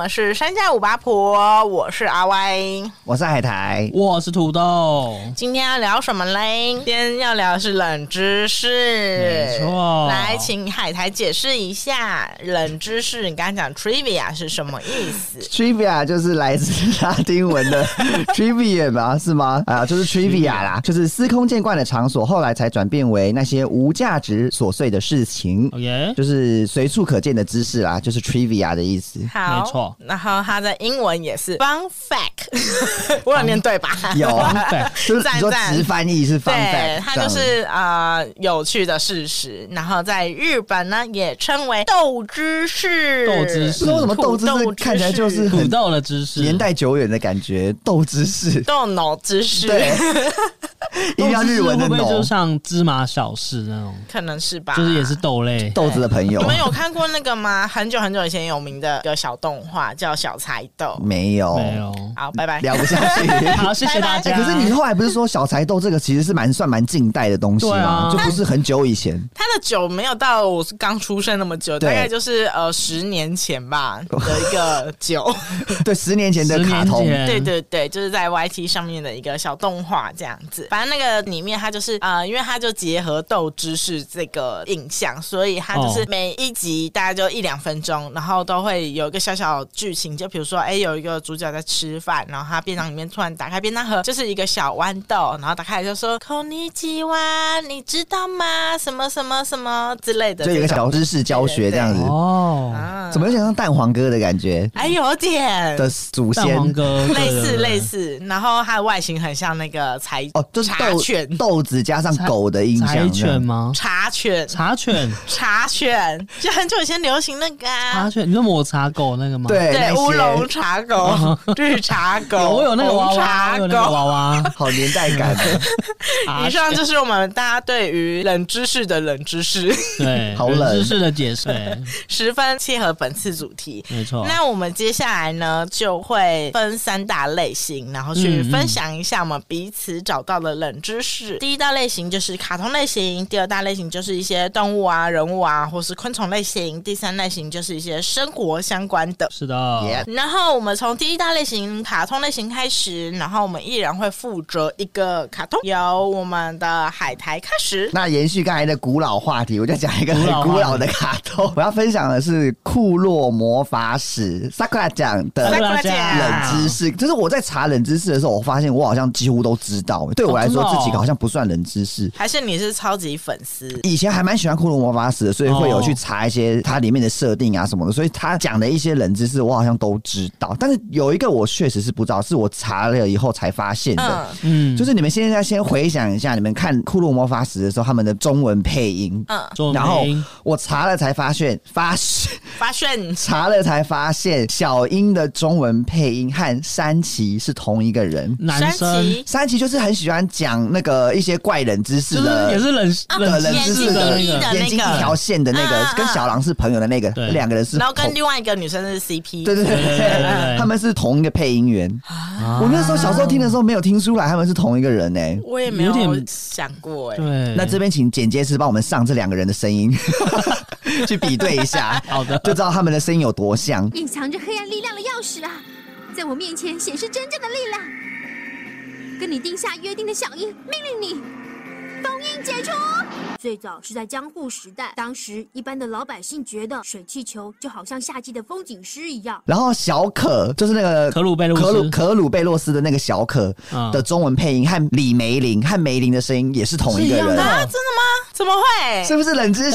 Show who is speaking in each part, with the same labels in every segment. Speaker 1: 们是山下五八婆，我是阿 Y。
Speaker 2: 我是海苔，
Speaker 3: 我是土豆，
Speaker 1: 今天要聊什么嘞？今天要聊的是冷知识，
Speaker 3: 没错
Speaker 1: 来，请海苔解释一下冷知识。你刚刚讲 trivia 是什么意思？
Speaker 2: Trivia 就是来自拉丁文的 Trivia 吧，是吗？啊，就是 Trivia 啦，就是司空见惯的场所，后来才转变为那些无价值琐碎的事情，
Speaker 3: 哦 耶，
Speaker 2: 就是随处可见的知识啦，就是 Trivia 的意 思。
Speaker 1: 好，
Speaker 3: 没错。
Speaker 1: 然后它的英文也是 fun fact，我有 念对吧？
Speaker 2: 有啊，
Speaker 3: 对，
Speaker 2: 就是你说
Speaker 1: 赞赞
Speaker 2: 直翻译是 fun
Speaker 1: 对
Speaker 2: fact，，
Speaker 1: 它
Speaker 2: 这样
Speaker 1: 就是呃有趣的事实。然后在日本呢，也称为豆知识。
Speaker 3: 豆知
Speaker 2: 不
Speaker 3: 识
Speaker 2: 知道为什么
Speaker 1: 土
Speaker 2: 豆汁
Speaker 1: 豆
Speaker 2: 是
Speaker 1: 知
Speaker 2: 看起来就
Speaker 1: 识
Speaker 2: 是
Speaker 3: 土
Speaker 2: 很
Speaker 3: 豆的知识，
Speaker 2: 年代久远的感觉，豆知识，
Speaker 1: 豆脑知识，
Speaker 2: 对，一
Speaker 3: 豆
Speaker 2: 定要
Speaker 3: 知识
Speaker 2: 日文的
Speaker 3: 会不会
Speaker 2: 浓
Speaker 3: 就，像芝麻小事那种，
Speaker 1: 可能是吧，
Speaker 3: 就是也是。豆类，
Speaker 2: 豆子的朋友
Speaker 1: 你们有看过那个吗？很久很久以前有名的一个小动画叫《小柴豆
Speaker 2: 没有，
Speaker 3: 没有。》。
Speaker 1: 好，拜拜。
Speaker 2: 聊不下去。
Speaker 3: 好，谢谢大
Speaker 2: 哎、
Speaker 3: 家。
Speaker 2: 可是你后来不是说小柴豆这个其实是蛮算蛮近代的东西
Speaker 3: 对
Speaker 2: 吗？
Speaker 3: 啊
Speaker 2: 就不是很久以前，
Speaker 1: 他的酒没有到我是刚出生那么久，
Speaker 2: 对
Speaker 1: 大概就是呃十年前吧的一个酒。
Speaker 2: 对，十年前的
Speaker 3: 十
Speaker 2: 卡
Speaker 3: 年
Speaker 2: 通，
Speaker 3: 前，
Speaker 1: 对对对，就是在 YT 上面的一个小动画这样子。反正那个里面它就是呃，因为它就结合斗知识这个印象，所以它就是
Speaker 3: 哦
Speaker 1: 每一集大概就一两分钟，然后都会有一个小小剧情，就比如说哎、有一个主角在吃饭，然后他便当里面突然打开便当盒，就是一个小豌豆，然后打开来就说“孔尼基哇”，你知道吗？什么什么什么之类的这
Speaker 2: 就
Speaker 1: 种，
Speaker 2: 有一个小知识教学这样子，
Speaker 3: 哦，
Speaker 1: 啊，
Speaker 2: 怎么有点像蛋黄哥的感觉
Speaker 1: 哎有点
Speaker 2: 的祖
Speaker 3: 蛋
Speaker 2: 先
Speaker 3: 黄哥
Speaker 1: 类似类
Speaker 3: 似。
Speaker 1: 似，然后它的外形很像那个柴
Speaker 2: 哦，就是
Speaker 1: 茶
Speaker 2: 豆
Speaker 1: 犬
Speaker 2: 豆子加上狗的印
Speaker 3: 柴
Speaker 2: 象，
Speaker 3: 犬吗？
Speaker 1: 茶犬
Speaker 3: 茶犬，
Speaker 1: 茶犬，就很久以前流行那个
Speaker 3: 茶
Speaker 1: 啊，
Speaker 3: 犬，你说抹茶狗那个吗？
Speaker 2: 对，
Speaker 1: 对
Speaker 2: 那些
Speaker 1: 乌龙茶狗、绿茶
Speaker 3: 有，
Speaker 1: 狗，
Speaker 3: 我有那个娃
Speaker 1: 红
Speaker 3: 娃，
Speaker 1: 茶
Speaker 3: 我有那个
Speaker 1: 狗。
Speaker 3: 娃娃。啊
Speaker 2: 好年代 感哦，
Speaker 1: 以上就是我们大家对于冷知识的冷知识，
Speaker 3: 对，
Speaker 2: 好冷
Speaker 3: 冷知识的解释，对
Speaker 1: 十分切合本次主题。
Speaker 3: 没错。
Speaker 1: 那我们接下来呢，就会分三大类型，然后去分享一下我们彼此找到的冷知识。嗯第一大类型就是卡通类型，第二大类型就是一些动物啊、人物啊，或是昆虫类型，第三类型就是一些生活相关的。
Speaker 3: 是的，
Speaker 2: Yeah
Speaker 1: 然后我们从第一大类型卡通类型开始，然后我们一人会负责一个卡通，由我们的海苔开始。
Speaker 2: 那延续刚才的古老话题，我就讲一个很
Speaker 3: 古老话题
Speaker 2: 古老的卡通。我要分享的是《库洛魔法使》，Sakura 讲
Speaker 3: 萨
Speaker 2: 的
Speaker 1: 萨库
Speaker 3: 库拉
Speaker 1: 拉
Speaker 3: 酱
Speaker 1: 酱
Speaker 2: 冷知识，就是我在查冷知识的时候，我发现我好像几乎都知道。对我来说，
Speaker 3: 哦真的哦
Speaker 2: 自己好像不算冷知识。
Speaker 1: 还是你是超级粉丝？
Speaker 2: 以前还蛮喜欢《骷髅魔法使》的，所以会有
Speaker 3: 哦
Speaker 2: 去查一些它里面的设定啊什么的，所以他讲的一些冷知识我好像都知道，但是有一个我确实是不知道，是我查了以后才发现的。
Speaker 1: 嗯
Speaker 3: 嗯，
Speaker 2: 就是是你们现在先回想一下，你们看《骷髅魔法使》的时候，他们的中文配音，
Speaker 1: 嗯，
Speaker 3: 哦
Speaker 2: 然后
Speaker 3: 明
Speaker 2: 我查了才发现，发现
Speaker 1: 发炫
Speaker 2: 查了才发现，小樱的中文配音和山崎是同一个人。
Speaker 3: 男
Speaker 1: 山
Speaker 3: 生
Speaker 1: 崎
Speaker 2: 山崎就是很喜欢讲那个一些怪人知识
Speaker 3: 就是
Speaker 2: 的，
Speaker 3: 也是冷
Speaker 1: 啊
Speaker 2: 的
Speaker 3: 冷
Speaker 2: 人
Speaker 3: 知
Speaker 2: 知
Speaker 3: 识
Speaker 2: 识
Speaker 3: 的
Speaker 2: 的
Speaker 3: 那
Speaker 1: 眼睛
Speaker 3: 个，
Speaker 1: 的那
Speaker 3: 啊
Speaker 1: 个
Speaker 2: 眼睛一条线的那
Speaker 1: 嗯
Speaker 2: 个
Speaker 1: 嗯，嗯
Speaker 2: 跟小狼是朋友的那个
Speaker 3: 对，
Speaker 2: 两个人是
Speaker 1: 然后
Speaker 2: 同
Speaker 1: 跟另外一个女生是 CP，
Speaker 2: 对对对
Speaker 3: 对对对
Speaker 2: 对
Speaker 3: 对对
Speaker 2: 对，他们是同一个配音员。
Speaker 3: 啊
Speaker 2: 我那时候小时候听的时候没有听出来他们是同一个人呢。
Speaker 1: 我也没有
Speaker 3: 有点
Speaker 1: 想过哎、
Speaker 3: 对，
Speaker 2: 那这边请剪接师帮我们上这两个人的声音， 去比对一下，
Speaker 3: 好的，
Speaker 2: 就知道他们的声音有多像。
Speaker 4: 隐藏着黑暗力量的钥匙啦，在我面前显示真正的力量。跟你定下约定的小樱命令你，封印解除。最早是在江户时代，当时一般的老百姓觉得水气球就好像夏季的风景诗一样。
Speaker 2: 然后小可就是那个
Speaker 3: 可鲁贝洛斯
Speaker 2: 可鲁可鲁贝洛斯的那个小可
Speaker 3: 嗯
Speaker 2: 的中文配音和李梅林和梅林的声音也是同一个
Speaker 3: 是一样
Speaker 2: 人，
Speaker 3: 的
Speaker 1: 啊，真的哎吗？怎么会？
Speaker 2: 是不是冷知识？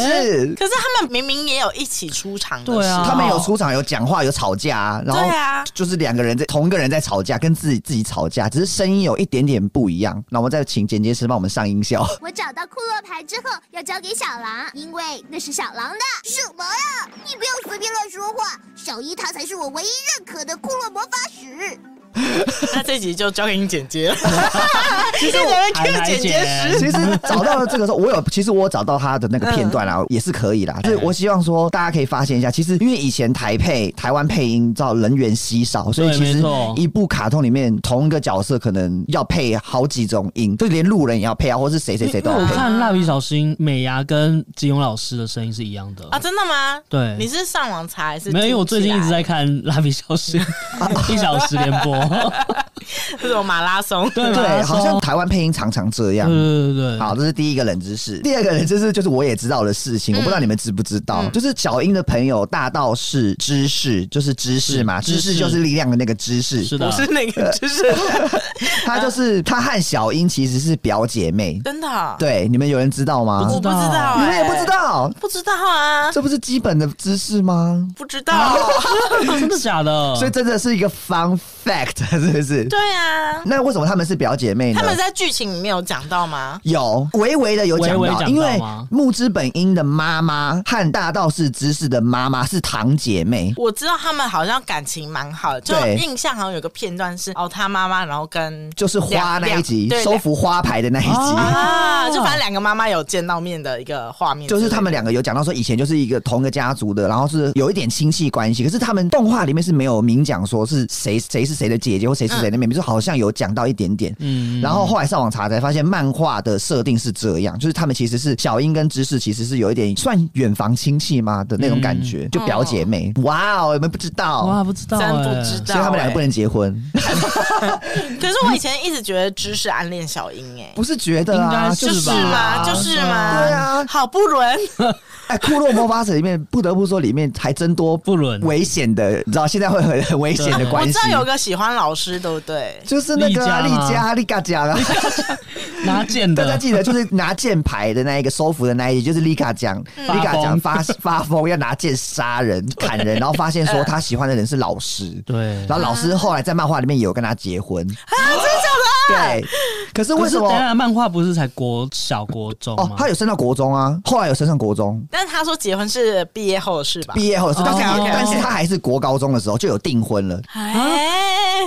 Speaker 1: 可是他们明明也有一起出场的，
Speaker 3: 对啊
Speaker 2: 他们有出场，有讲话，有吵架、啊，然后
Speaker 1: 对啊
Speaker 2: 就是两个人在同一个人在吵架，跟自己自己吵架，只是声音有一点点不一样。那我们再请剪接师帮我们上音效。
Speaker 4: 我找到库洛牌之后，要交给小狼，因为那是小狼的。什么呀？你不要随便乱说话！小一他才是我唯一认可的库洛魔法使。
Speaker 1: 那这集就交给你剪接了。其实我们
Speaker 3: 还
Speaker 1: Q
Speaker 3: 来
Speaker 1: 姐姐
Speaker 3: 姐
Speaker 1: 是
Speaker 2: 其实找到了这个时候，我有其实我找到他的那个片段
Speaker 3: 嗯
Speaker 2: 啦，也是可以啦。就是我希望说大家可以发现一下，其实因为以前台配台湾配音照人员稀少，所以
Speaker 3: 对
Speaker 2: 其
Speaker 3: 没
Speaker 2: 实
Speaker 3: 错
Speaker 2: 一部卡通里面同一个角色可能要配好几种音，就连路人也要配啊，或是谁谁谁都
Speaker 3: 因为
Speaker 2: 要
Speaker 3: 我
Speaker 2: 配。
Speaker 3: 看《蜡笔小新》，美伢跟吉永老师的声音是一样的
Speaker 1: 啊，真的吗？
Speaker 3: 对
Speaker 1: 你是上网查还是？
Speaker 3: 没有，因为我最近一 直在看《蜡笔小 新》一小时联播，
Speaker 1: 这种马拉松，
Speaker 3: 对吧
Speaker 2: 对，好像台湾配音常常这
Speaker 3: 对
Speaker 2: 样。
Speaker 3: 对对对，
Speaker 2: 好，这是第一个冷知识。
Speaker 3: 嗯
Speaker 2: 第二个冷知识就是我也知道的事情，我不知道你们知不知道，
Speaker 3: 嗯
Speaker 2: 就是小英的朋友大道是知识，就是知识嘛，
Speaker 3: 是
Speaker 2: 知识
Speaker 3: 知识
Speaker 2: 就是力量的那个知识。
Speaker 3: 是的
Speaker 1: 不，是那个，就是
Speaker 2: 她就是
Speaker 1: 嗯
Speaker 2: 她和小英其实是表姐妹
Speaker 1: 。真的哦，
Speaker 2: 对，你们有人知道吗？
Speaker 1: 我不知道，欸哎
Speaker 2: 你们也不知，道，
Speaker 1: 不知道啊，
Speaker 2: 这不是基本的知识吗？
Speaker 1: 不知道，
Speaker 2: 啊
Speaker 3: 啊真的假的？
Speaker 2: 所以真的是一个 fun fact，是 不是？
Speaker 1: 对 啊，
Speaker 2: 那为什么她们是表姐妹呢
Speaker 1: 他？们在剧情里面有讲到吗？
Speaker 2: 有微微的有讲
Speaker 3: 微微
Speaker 2: 到，
Speaker 3: 讲到
Speaker 2: 因为
Speaker 3: 吗
Speaker 2: 木之本樱的妈妈和大道士知识的妈妈是堂姐妹。
Speaker 1: 我知道他们好像感情蛮好的，就
Speaker 2: 对
Speaker 1: 印象好像有个片段是哦，他妈妈然后跟
Speaker 2: 就是花
Speaker 1: 两
Speaker 2: 那一集
Speaker 1: 两对
Speaker 2: 收服花牌的那一集，
Speaker 1: 啊，就反正两个妈妈有见到面的一个画面之
Speaker 2: 就
Speaker 1: 类的，
Speaker 2: 是他们两个有讲到说以前就是一个同一个家族的，然后是有一点亲戚关系，可是他们动画里面是没有明讲说是谁谁是谁的姐姐或谁是谁的妹妹，就好像有讲到一点点。
Speaker 3: 嗯，
Speaker 2: 然后后来上网查才发现，漫画的设定是这样，就是他们其实是小英跟芝士其实是有一点算远房亲戚嘛的那种感觉，就表姐妹。哇哦，你们不知道，
Speaker 3: 哇，不知道
Speaker 1: 真
Speaker 3: 欸，
Speaker 1: 不知道，
Speaker 2: 所以他们两个不
Speaker 1: 欸。
Speaker 2: 能结婚，
Speaker 1: 可是我以前一直觉得知识暗恋小樱，哎，
Speaker 2: 不是觉得
Speaker 3: 应
Speaker 2: 啊，
Speaker 3: 该
Speaker 2: 就是是
Speaker 3: 吧
Speaker 1: 吗？就是吗？
Speaker 2: 对啊
Speaker 1: 好不伦，
Speaker 2: 哎，《库洛魔法使》里面不得不说，里面还真多
Speaker 3: 不伦
Speaker 2: 危险的，你知道现在会很很危险的
Speaker 3: 对
Speaker 1: 我
Speaker 2: 关
Speaker 1: 知
Speaker 2: 系。
Speaker 1: 道有个喜欢老师，对不对？
Speaker 2: 就是那个啊
Speaker 3: 丽
Speaker 2: 丽
Speaker 3: 佳吗
Speaker 2: 佳、丽嘎奖啊，
Speaker 3: 拿剑
Speaker 2: 大家
Speaker 3: 的，
Speaker 2: 记得就是拿剑牌的那一个收服的那一集，就是丽嘎奖，丽嘎奖发发疯要拿剑杀人、砍人，然后发现说他喜欢的人是老师，
Speaker 3: 对，
Speaker 2: 然后老师后来在漫画里面也有跟他结婚啊，真的？对，可是为什
Speaker 3: 可是等一
Speaker 2: 么？
Speaker 3: 下漫画不是才国小国中
Speaker 2: 哦
Speaker 3: 吗？，
Speaker 2: 他有升到国中啊，后来有升上国中。
Speaker 1: 但是他说结婚是毕业后的事吧？
Speaker 2: 毕业后的事，
Speaker 3: 哦
Speaker 2: 但是他
Speaker 3: OK，OK 嗯
Speaker 2: 但是他还是国高中的时候就有订婚了，
Speaker 1: 哎，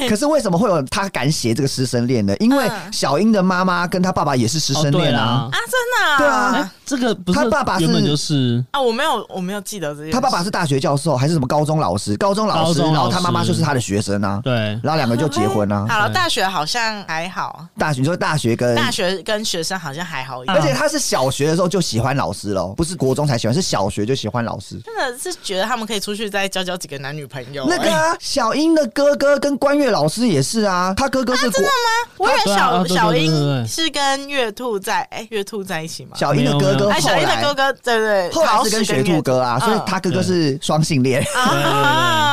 Speaker 2: 可是为什么会有他敢写这个师生恋呢？因为
Speaker 1: 嗯
Speaker 2: 小英的妈妈跟她爸爸也是师
Speaker 3: 哦
Speaker 2: 生
Speaker 3: 对
Speaker 2: 恋
Speaker 3: 啦
Speaker 2: 啊。，
Speaker 1: 啊，真的啊？
Speaker 2: 对啊
Speaker 3: 哎，这个不是
Speaker 2: 他爸爸是
Speaker 3: 原本就是
Speaker 1: 啊，我没有，我没有记得这些。
Speaker 2: 他爸爸是大学教授还是什么高中老师？高中老师，
Speaker 3: 高中老师
Speaker 2: 然后他妈妈就是他的学生啊，
Speaker 3: 对，
Speaker 2: 然后两个就结 婚啊。
Speaker 1: 好了，大学好像还好，
Speaker 2: 大学你说大学跟
Speaker 1: 大学跟学生好像还好一点
Speaker 2: 嗯
Speaker 3: 啊
Speaker 2: 而。且他是小学的时候就喜欢老师喽，不是国中才喜欢，是小学就喜欢老师。
Speaker 1: 真的是觉得他们可以出去再交交几个男女朋友。
Speaker 2: 那个
Speaker 1: 哎
Speaker 2: 啊、小英的哥哥跟关月老师也是啊，他哥哥是国、
Speaker 1: 哎我以为
Speaker 3: 对啊
Speaker 1: 小
Speaker 3: 啊对对
Speaker 1: 小
Speaker 3: 对对对
Speaker 1: 英
Speaker 3: 对
Speaker 1: 是跟月兔在哎月兔在一起吗？
Speaker 2: 小英的哥
Speaker 3: 没有没
Speaker 2: 哥
Speaker 3: 有
Speaker 1: 哎，
Speaker 2: 后
Speaker 1: 小英的
Speaker 2: 来
Speaker 1: 哥哥对对，
Speaker 2: 后来是跟
Speaker 1: 老师
Speaker 2: 雪兔哥啊，
Speaker 1: 月啊
Speaker 2: 所以他哥哥是双性恋。
Speaker 3: 对 对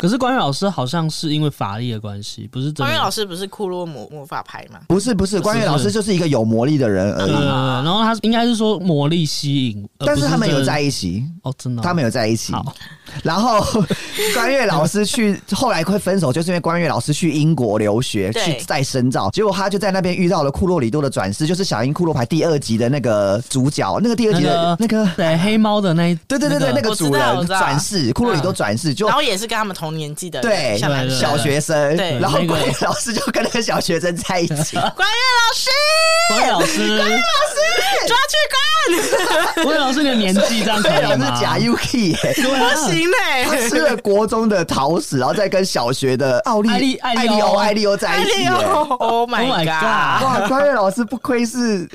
Speaker 3: 对。可是关于老师好像是因为法力的关系，不是
Speaker 1: 嗯
Speaker 3: 真
Speaker 1: 因为
Speaker 3: 的
Speaker 1: 老。师不是库洛魔魔法牌吗？
Speaker 2: 不是不是，关月老师就是一个有魔力的人而
Speaker 3: 对对对，
Speaker 2: 已。
Speaker 1: 啊
Speaker 3: 然后他应该是说魔力吸引，而
Speaker 2: 但
Speaker 3: 呃不
Speaker 2: 是
Speaker 3: 是
Speaker 2: 他们有在
Speaker 3: 一
Speaker 2: 一起，
Speaker 3: 哦，真的
Speaker 1: 啊
Speaker 3: 哦，
Speaker 2: 他们有在一起。
Speaker 3: 好
Speaker 2: 然后 关月老师去，后来会分手，就是因为关月老师去英国留学，
Speaker 1: 对
Speaker 2: 去再深造，结果他就在那边遇到了库洛里多的转世，就是小樱库洛牌第二集的那个主角，那个第二
Speaker 3: 那
Speaker 2: 集的
Speaker 3: 个
Speaker 2: 那个。
Speaker 3: 对黑猫的那一
Speaker 2: 对对对对，那个
Speaker 1: 呃我知
Speaker 2: 主
Speaker 1: 道我
Speaker 2: 人
Speaker 1: 知道嗯
Speaker 2: 转世，库洛里多转世，就
Speaker 1: 然后也是跟他们同年纪的人
Speaker 2: 对
Speaker 1: 像男
Speaker 3: 对对
Speaker 1: 生
Speaker 2: 小学生，
Speaker 1: 对
Speaker 2: 然后
Speaker 3: 那个
Speaker 2: 关月老师就跟那个小学生在一 起，
Speaker 1: 关月老师
Speaker 3: 关于老师，
Speaker 1: 抓去
Speaker 3: 关于老师你的年纪这样可
Speaker 2: 关月老
Speaker 3: 以
Speaker 2: 师
Speaker 3: 吗？
Speaker 2: 假 UK 耶，
Speaker 1: 关，不行
Speaker 2: 啊他吃
Speaker 1: 嘞！
Speaker 2: 了国中的桃子，然后再跟小学的奥利
Speaker 3: 艾利艾利
Speaker 2: 艾利
Speaker 3: 欧
Speaker 2: 欧艾利欧在一起耶。
Speaker 1: ，Oh my
Speaker 3: Oh my
Speaker 1: god！
Speaker 3: god
Speaker 2: 哇，关月老师不愧是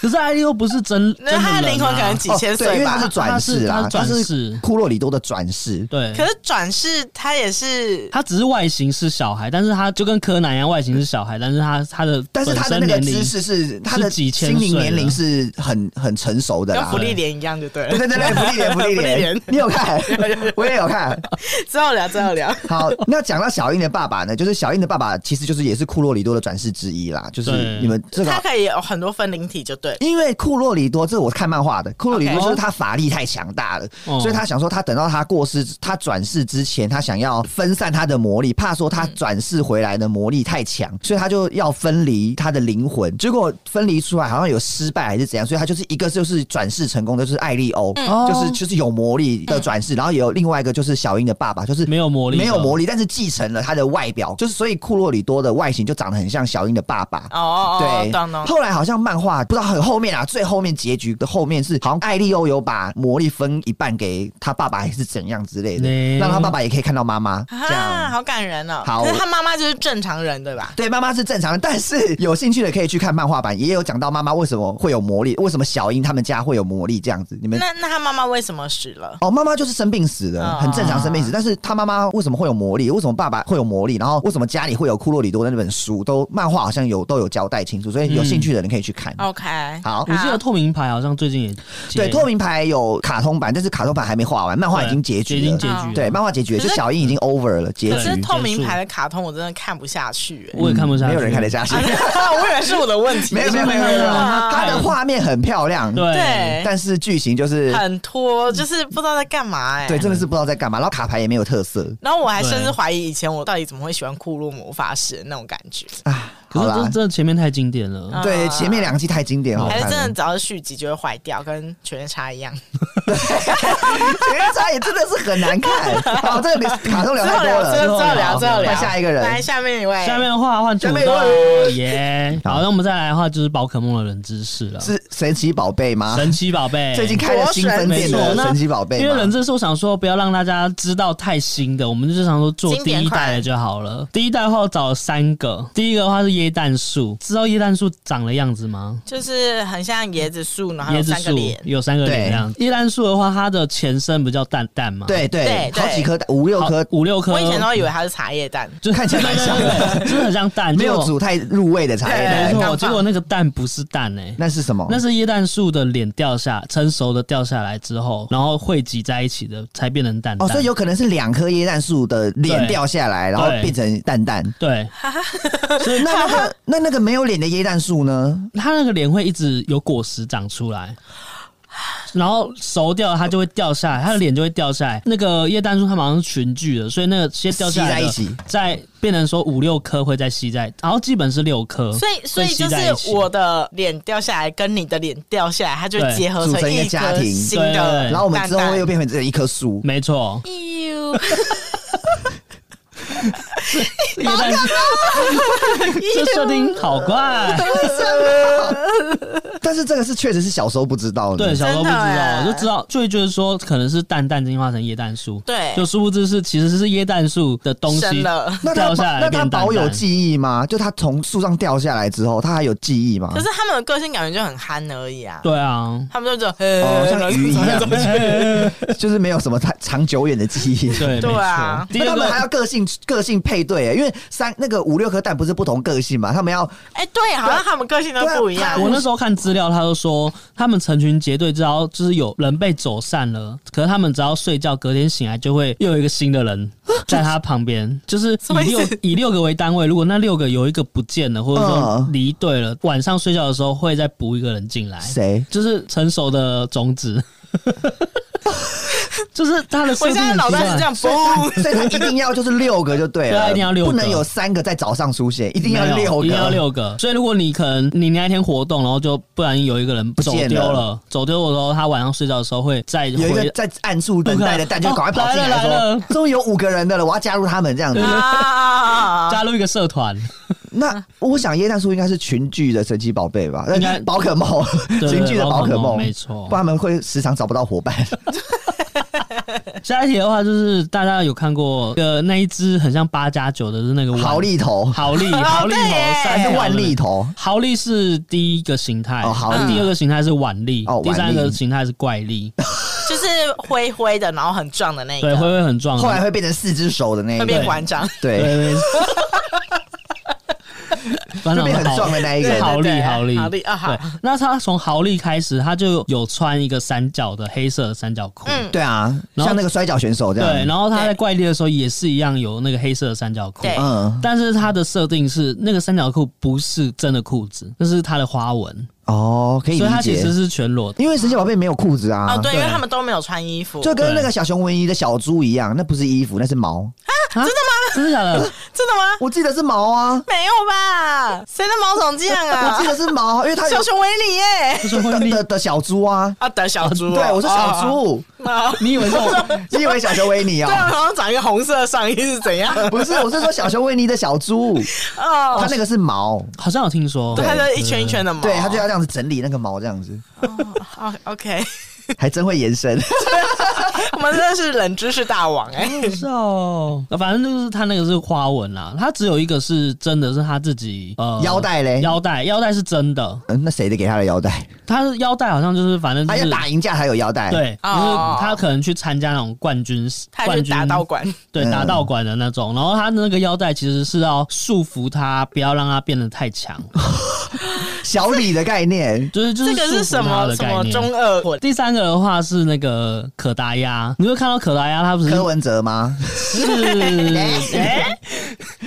Speaker 3: 可是艾利又不是真，真
Speaker 1: 那他
Speaker 3: 的
Speaker 1: 的
Speaker 3: 人
Speaker 1: 灵魂
Speaker 3: 啊
Speaker 1: 可 能几千
Speaker 2: 哦对因
Speaker 1: 岁
Speaker 2: 为他
Speaker 1: 吧
Speaker 2: 是？转世啊，
Speaker 3: 他是他是转世
Speaker 2: 库洛里多的转世。
Speaker 3: 对，
Speaker 1: 可是转世他也是
Speaker 3: 他只是外形是小孩，但是他就跟柯南一样，外形是小孩，但是他他的
Speaker 2: 但是他
Speaker 3: 本身
Speaker 2: 的那个
Speaker 3: 年龄
Speaker 2: 知识是他的
Speaker 3: 是几千
Speaker 2: 心灵
Speaker 3: 岁的
Speaker 2: 年龄是很很成熟的
Speaker 1: 跟
Speaker 2: 啦
Speaker 1: 福。利莲一样，就对了。
Speaker 2: 对对对对，福利莲，福利
Speaker 1: 福利
Speaker 2: 莲
Speaker 1: 莲，
Speaker 2: 你有看？我也有看。
Speaker 1: 之后聊，之后聊。
Speaker 2: 好，那讲到小樱的爸爸呢，就是小樱的爸爸其实就是也是库洛里多的转世之一啦，就是
Speaker 3: 对
Speaker 2: 你们这个
Speaker 1: 他可以有很多分灵体，就对对
Speaker 2: 因为库洛里多，这是我看漫画的，库洛里多
Speaker 3: OK
Speaker 2: 就是他法力太强大了
Speaker 3: 哦
Speaker 2: 所以他想说，他等到他过世，他转世之前，他想要分散他的魔力，怕说他转世回来的魔力太强，所以他就要分离他的灵魂。结果分离出来好像有失败还是怎样，所以他就是一个就是转世成功的，就是艾利欧，哦
Speaker 1: 嗯
Speaker 2: 就是就是有魔力的转世，然后也有另外一个就是小樱的爸爸，就是
Speaker 3: 嗯没有魔力的
Speaker 2: 没有魔力，但是继承了他的外表，就是所以库洛里多的外形就长得很像小樱的爸爸。
Speaker 1: 哦哦，
Speaker 2: 对，
Speaker 1: 懂懂。
Speaker 2: 后来好像漫画不知道很后面啊，最后面结局的后面是好像艾利欧有把魔力分一半给他爸爸，还是怎样之类的，
Speaker 3: 嗯
Speaker 2: 让他爸爸也可以看到妈妈这
Speaker 1: 啊，
Speaker 2: 样。
Speaker 1: 好感人哦！
Speaker 2: 好
Speaker 1: 可是他妈妈就是正常人，对吧？
Speaker 2: 对，妈妈是正常的，但是有兴趣的可以去看漫画版，也有讲到妈妈为什么会有魔力，为什么小樱他们家会有魔力这样子。你们
Speaker 1: 那那他妈妈为什么死了？
Speaker 2: 哦，妈妈就是生病死的，
Speaker 1: 哦
Speaker 2: 很正常生病死。但是她妈妈为什么会有魔力？为什么爸爸会有魔力？然后为什么家里会有库洛里多的那本书？都漫画好像有都有交代清楚，所以
Speaker 1: 嗯
Speaker 2: 有兴趣的人可以去看。
Speaker 1: OK，
Speaker 2: 好
Speaker 3: 我记得透明牌好像最近也
Speaker 2: 对，
Speaker 3: 结
Speaker 2: 透明牌有卡通版，但是卡通版还没画完，漫画已经结
Speaker 3: 已
Speaker 2: 局
Speaker 3: 经
Speaker 2: 了。
Speaker 3: 结局了，
Speaker 2: 对，漫画结局了，
Speaker 1: 可
Speaker 2: 就是小樱已经 over 了结
Speaker 1: 可是
Speaker 2: 局，
Speaker 1: 透明牌的卡通我真的看不下去、欸，
Speaker 3: 我也看不下去，
Speaker 2: 嗯没有人看得下 去。
Speaker 1: 我以为是我的问题。
Speaker 2: 没有没有没有，没有，
Speaker 1: 啊
Speaker 2: 它的画面很漂亮，
Speaker 3: 对，
Speaker 1: 对，
Speaker 2: 但是剧情就是
Speaker 1: 很拖，就是不知道在干嘛哎、
Speaker 2: 对，真的是不知道在干嘛。然后卡牌也没有特色
Speaker 1: 然后我还
Speaker 3: 对
Speaker 1: 甚至怀疑以前我到底怎么会喜欢库洛魔法师那种感觉，
Speaker 2: 啊。
Speaker 3: 可
Speaker 2: 好
Speaker 3: 是这
Speaker 2: 啦，
Speaker 3: 真的前面太经典
Speaker 1: 嗯
Speaker 3: 了，
Speaker 2: 对，前面两季太经典了，好
Speaker 1: 还是
Speaker 2: 看
Speaker 1: 真的
Speaker 2: 了。
Speaker 1: 只要是续集就会坏掉，跟犬夜叉一 样。
Speaker 2: 全差也真的是很难 看。好，这个卡通聊
Speaker 1: 之
Speaker 2: 太
Speaker 1: 后
Speaker 2: 多
Speaker 1: 聊，
Speaker 2: 了，
Speaker 1: 之后之后聊，之后聊，
Speaker 2: 啊换下一个人
Speaker 1: 来下面一位，
Speaker 3: 下面的话换土
Speaker 2: 下
Speaker 3: 豆
Speaker 2: 面有
Speaker 3: 耶。好，那我们再来的话就是宝可梦的冷知识了，
Speaker 2: 是神奇宝贝吗？
Speaker 3: 神奇宝贝。
Speaker 2: 最近开了新分店
Speaker 3: 没
Speaker 2: 的
Speaker 3: 错
Speaker 2: 神奇宝贝吗，
Speaker 3: 因为冷知识，我想说不要让大家知道太新的，我们就想说做第一代的就好
Speaker 2: 嗯
Speaker 3: 了。第一代的话，我找了三个。第一个的话是椰蛋树，知道椰蛋树长的样子吗？
Speaker 1: 就是很像椰子树，然后有
Speaker 3: 椰子
Speaker 1: 三个
Speaker 3: 树
Speaker 1: 脸，
Speaker 3: 有三个脸这样。椰蛋树的话，它的前身不叫蛋蛋吗？，
Speaker 2: 对对
Speaker 1: 对，对
Speaker 2: 好几颗五六
Speaker 3: 好
Speaker 2: 颗，
Speaker 3: 五六颗。
Speaker 1: 我以前都以为它是茶叶蛋，
Speaker 3: 就
Speaker 2: 看起来蛮像 的
Speaker 3: 对，对对就是很像蛋，
Speaker 2: 没有
Speaker 3: 结果
Speaker 2: 煮太入味的茶叶
Speaker 1: 对
Speaker 2: 蛋
Speaker 3: 哎没
Speaker 1: 刚
Speaker 3: 错，
Speaker 1: 放
Speaker 3: 结果那个蛋不是蛋哎、
Speaker 2: 那是什么？
Speaker 3: 那是椰蛋树的脸掉下，成熟的掉下来之后，然后汇集在一起的，才变成蛋蛋。
Speaker 2: 哦，所以有可能是两颗椰蛋树的脸
Speaker 3: 对
Speaker 2: 掉下来，然后
Speaker 3: 对
Speaker 2: 变成蛋蛋。
Speaker 3: 对，
Speaker 2: 那那个 那那个没有脸的椰蛋树呢？
Speaker 3: 它那个脸会一直有果实长出来。然后熟掉，它就会掉下来，它的脸就会掉下来。那个椰蛋树它马上是群聚的，所以那个先掉下来
Speaker 2: 吸
Speaker 3: 的
Speaker 2: 在一起
Speaker 3: 再变成说五六颗会再吸在，然后基本是六颗，
Speaker 1: 所以所以
Speaker 3: 会吸
Speaker 1: 就
Speaker 3: 在一
Speaker 1: 是
Speaker 3: 起
Speaker 1: 我的脸掉下来跟你的脸掉下来，它就
Speaker 3: 对
Speaker 1: 结合
Speaker 2: 组成一个
Speaker 1: 一
Speaker 2: 家庭
Speaker 1: 个新
Speaker 3: 对对
Speaker 1: 的
Speaker 3: 对
Speaker 2: 然后我们之后
Speaker 1: 蛋蛋
Speaker 2: 又变成这一棵树。
Speaker 3: 没错，
Speaker 1: 哟，
Speaker 3: 椰蛋树
Speaker 1: 哦
Speaker 3: 这设定好怪。
Speaker 2: 但是这个是确实是小时候不知道的。
Speaker 3: 对，小时候不知
Speaker 1: 真的欸
Speaker 3: 道，就知道就会觉得说可能是蛋蛋进化成椰蛋树，
Speaker 1: 对
Speaker 3: 就殊不知是其实是椰蛋树的东
Speaker 1: 生
Speaker 3: 西
Speaker 1: 了
Speaker 2: 那他
Speaker 3: 掉下
Speaker 2: 那
Speaker 3: 来
Speaker 2: 他
Speaker 3: 变蛋
Speaker 2: 保有
Speaker 3: 蛋。
Speaker 2: 记忆吗？就他从树上掉下来之后，他还有记忆吗？
Speaker 1: 可是他们的个性感觉就很憨而已啊，
Speaker 3: 对啊，
Speaker 1: 他们就只有呃
Speaker 3: 呃
Speaker 2: 哦，像鱼 一样
Speaker 1: 然 后就走来走去
Speaker 2: 就是没有什么太长久远的记忆。
Speaker 3: 对
Speaker 1: 对啊
Speaker 3: 没错第
Speaker 2: 那他
Speaker 3: 二
Speaker 2: 们还
Speaker 3: 个
Speaker 2: 要个性个性配对耶，因为三那个五六颗蛋不是不同个性嘛，他们要
Speaker 1: 哎，对，好像他们个性
Speaker 2: 啊
Speaker 1: 都不一样
Speaker 3: 我。那时候看资料，他就说他们成群结队，只要就是有人被走散了，可是他们只要睡觉，隔天醒来就会又有一个新的 人在他旁边，就是
Speaker 1: 什么
Speaker 3: 以
Speaker 1: 意
Speaker 3: 六
Speaker 1: 思
Speaker 3: 以六个为单位，如果那六个有一个不见了，或者说
Speaker 2: 嗯
Speaker 3: 离队了，晚上睡觉的时候会再补一个人进来。
Speaker 2: 谁？
Speaker 3: 就是成熟的种子， 就是它的设
Speaker 1: 我
Speaker 3: 定
Speaker 1: 现在
Speaker 3: 很
Speaker 1: 脑
Speaker 3: 奇
Speaker 1: 袋是这
Speaker 3: 怪。
Speaker 1: 样，嘣，
Speaker 2: 所以他一定要就是六个就对
Speaker 3: 对
Speaker 2: 了，
Speaker 3: 啊一定要六个
Speaker 2: 不能有三个在早上出现，一定要
Speaker 3: 没有
Speaker 2: 六个，
Speaker 3: 一定要六个。所以如果你可能你那一天活动，然后就不然有一个人走
Speaker 2: 见
Speaker 3: 丢
Speaker 2: 了
Speaker 3: 了，走丢的时候，他晚上睡觉的时候会再
Speaker 2: 有一个
Speaker 3: 回。
Speaker 2: 在暗处等待的蛋就赶快跑进
Speaker 3: 哦来了来
Speaker 2: 说
Speaker 3: 了，
Speaker 2: 终于有五个人的了，我要加入他们这样子。
Speaker 1: 啊
Speaker 3: 加入一个社团，
Speaker 2: 那我想椰蛋树应该是群聚的神奇宝贝吧？呃
Speaker 3: 应该
Speaker 2: 宝可梦，
Speaker 3: 对
Speaker 2: 群聚的宝
Speaker 3: 宝
Speaker 2: 可
Speaker 3: 可
Speaker 2: 梦，
Speaker 3: 梦没错
Speaker 2: 不然他们会时常找不到伙伴。
Speaker 3: 下一题的话就是大家有看过呃那一只很像八加九的，就是那个
Speaker 2: 豪
Speaker 3: 力
Speaker 2: 利头
Speaker 3: 豪 力豪力
Speaker 1: 对耶
Speaker 3: 头，
Speaker 2: 还
Speaker 3: 三
Speaker 2: 是
Speaker 3: 条
Speaker 2: 万
Speaker 3: 的
Speaker 2: 利头？
Speaker 3: 豪力是第一个形态，
Speaker 2: 哦豪
Speaker 3: 那
Speaker 2: 力
Speaker 3: 第二个形态是腕力
Speaker 2: 哦，
Speaker 3: 第
Speaker 2: 腕
Speaker 3: 三
Speaker 2: 力
Speaker 3: 个形态是怪力，
Speaker 1: 就是灰灰的，然后很壮的那一
Speaker 3: 对，
Speaker 1: 个，
Speaker 3: 会不会很壮？
Speaker 2: 后来会变成四只手的那一
Speaker 1: 会变
Speaker 2: 个。
Speaker 1: 馆长。
Speaker 2: 对，
Speaker 3: 对，班长
Speaker 2: 就变很
Speaker 3: 好
Speaker 2: 壮的那一个
Speaker 1: 对对对
Speaker 3: 豪利，豪利，
Speaker 1: 豪利啊好
Speaker 3: 对，那他从豪利开始，他就有穿一个三角的黑色的三角裤。
Speaker 1: 嗯
Speaker 2: 对啊，
Speaker 3: 然后
Speaker 2: 像那个摔跤选手这
Speaker 3: 对，
Speaker 2: 样，
Speaker 3: 然后他在
Speaker 1: 对
Speaker 3: 怪猎的时候也是一样有那个黑色的三角裤，
Speaker 1: 对
Speaker 2: 嗯，
Speaker 3: 但是它的设定是那个三角裤不是真的裤子，那是它的花纹，
Speaker 2: 哦，可以
Speaker 3: 所以它
Speaker 2: 理
Speaker 3: 其
Speaker 2: 解
Speaker 3: 实，是全 裸的。
Speaker 2: 因为神奇宝贝没有裤子啊，
Speaker 1: 哦，对，因
Speaker 3: 对
Speaker 1: 为他们都没有穿衣服，
Speaker 2: 就跟那个小熊维尼的小猪一样，那不是衣服，那是毛，
Speaker 3: 真的吗？啊真的 假的？
Speaker 1: 真的吗？
Speaker 2: 我记得是毛啊，
Speaker 1: 没有吧？谁的毛总这样
Speaker 2: 我
Speaker 1: 啊
Speaker 2: 记？得是毛，因为它有
Speaker 1: 小熊维尼耶！
Speaker 3: 就是
Speaker 2: 的
Speaker 3: 婚礼
Speaker 2: 的，的小猪啊，
Speaker 1: 啊，等小猪哦、
Speaker 2: 对，我说小猪，
Speaker 1: 猪，啊
Speaker 3: 你以为是我？
Speaker 2: 你以为小熊维尼
Speaker 1: 对啊，
Speaker 2: 啊？
Speaker 1: 好像长一个红色的上衣是怎样？
Speaker 2: 不是，我是说小熊维尼的小猪，它
Speaker 1: 哦，
Speaker 2: 那个是毛，
Speaker 3: 好像有听说，
Speaker 1: 对，它就一圈一圈的毛，啊
Speaker 2: 对，它就要这样子整理那个毛，这样子，
Speaker 1: 哦，OK，
Speaker 2: 还真会延伸。
Speaker 1: 我们真的是冷知识大王哎、
Speaker 3: 是哦，反正就是他那个是花纹啦，他只有一个是真的是他自己呃
Speaker 2: 腰带嘞
Speaker 3: 腰带腰带是真的，
Speaker 2: 嗯，那谁的给他的腰带？
Speaker 3: 他的腰带好像就是反正就
Speaker 2: 他要
Speaker 3: 是
Speaker 2: 打赢架才有腰带。，
Speaker 3: 对，就
Speaker 1: 哦
Speaker 3: 是他可能去参加那种冠军
Speaker 1: 他
Speaker 3: 冠
Speaker 1: 去
Speaker 3: 军
Speaker 1: 打道馆，
Speaker 3: 对
Speaker 2: 嗯
Speaker 3: 打道馆的那种，然后他那个腰带其实是要束缚他，不要让他变得太 强，
Speaker 2: 小李的概念。
Speaker 3: 就是就
Speaker 1: 这
Speaker 3: 是
Speaker 1: 个是
Speaker 3: 束
Speaker 1: 什
Speaker 3: 缚他
Speaker 1: 么
Speaker 3: 的
Speaker 1: 什
Speaker 3: 概
Speaker 1: 么
Speaker 3: 念
Speaker 1: 中二混？
Speaker 3: 第三个的话是那个可达鸭，你会看到可达鸭，它不是
Speaker 2: 柯文哲吗？
Speaker 3: 是 哎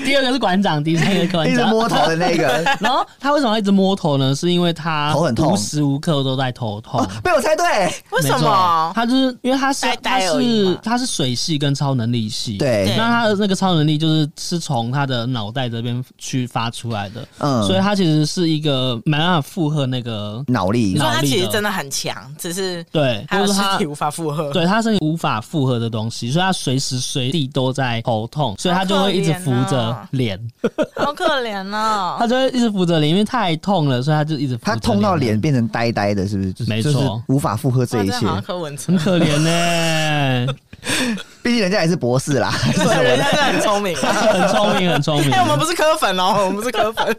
Speaker 3: 第二个是馆长，第三个是馆
Speaker 2: 一直
Speaker 3: 长，
Speaker 2: 摸头的那个，
Speaker 3: 然后他为什么要一直摸头呢？是因为他
Speaker 2: 头很痛哦
Speaker 3: 无时无刻都在头痛。
Speaker 2: 被我猜对。
Speaker 1: 为什
Speaker 3: 没错
Speaker 1: 么？
Speaker 3: 他就是因为他是
Speaker 1: 呆
Speaker 3: 他
Speaker 1: 呆而已
Speaker 3: 是
Speaker 1: 嘛
Speaker 3: 他是水系跟超能力系。。
Speaker 2: 对
Speaker 1: 对，
Speaker 3: 那他的那个超能力就是是从他的脑袋这边去发出来的，
Speaker 2: 嗯
Speaker 3: 所以他其实是一个没办法负荷那个
Speaker 2: 脑力
Speaker 1: 你说
Speaker 3: 脑
Speaker 1: 他
Speaker 3: 力
Speaker 1: 其实
Speaker 3: 的
Speaker 1: 真的很强，只是
Speaker 3: 对，
Speaker 1: 还
Speaker 3: 或
Speaker 1: 有
Speaker 3: 者
Speaker 1: 身
Speaker 3: 是他
Speaker 1: 体无法负荷。
Speaker 3: 对他身体无法负荷的东西，所以他随时随地都在头痛，所以他就会一直扶着
Speaker 1: 啊
Speaker 3: 脸，
Speaker 1: 好可怜哦
Speaker 3: 他。就会一直扶着脸，因为太痛了，所以他就一直扶着
Speaker 2: 他痛到脸
Speaker 3: 啊，
Speaker 2: 变成呆呆的，是不是？就是
Speaker 3: 没错
Speaker 2: 就是无法负荷这
Speaker 1: 哇
Speaker 2: 一
Speaker 1: 真
Speaker 2: 切
Speaker 1: 的。好像柯文 哲
Speaker 3: 很，可怜呢、
Speaker 2: 毕竟人家也是博士啦， 还是什
Speaker 3: 啊
Speaker 1: 对，
Speaker 2: 么
Speaker 1: 人
Speaker 2: 的
Speaker 1: 家真的很聪明。啊
Speaker 3: 很聪明，很聪明
Speaker 1: 哎，。我们不是柯粉哦，我们不是柯粉。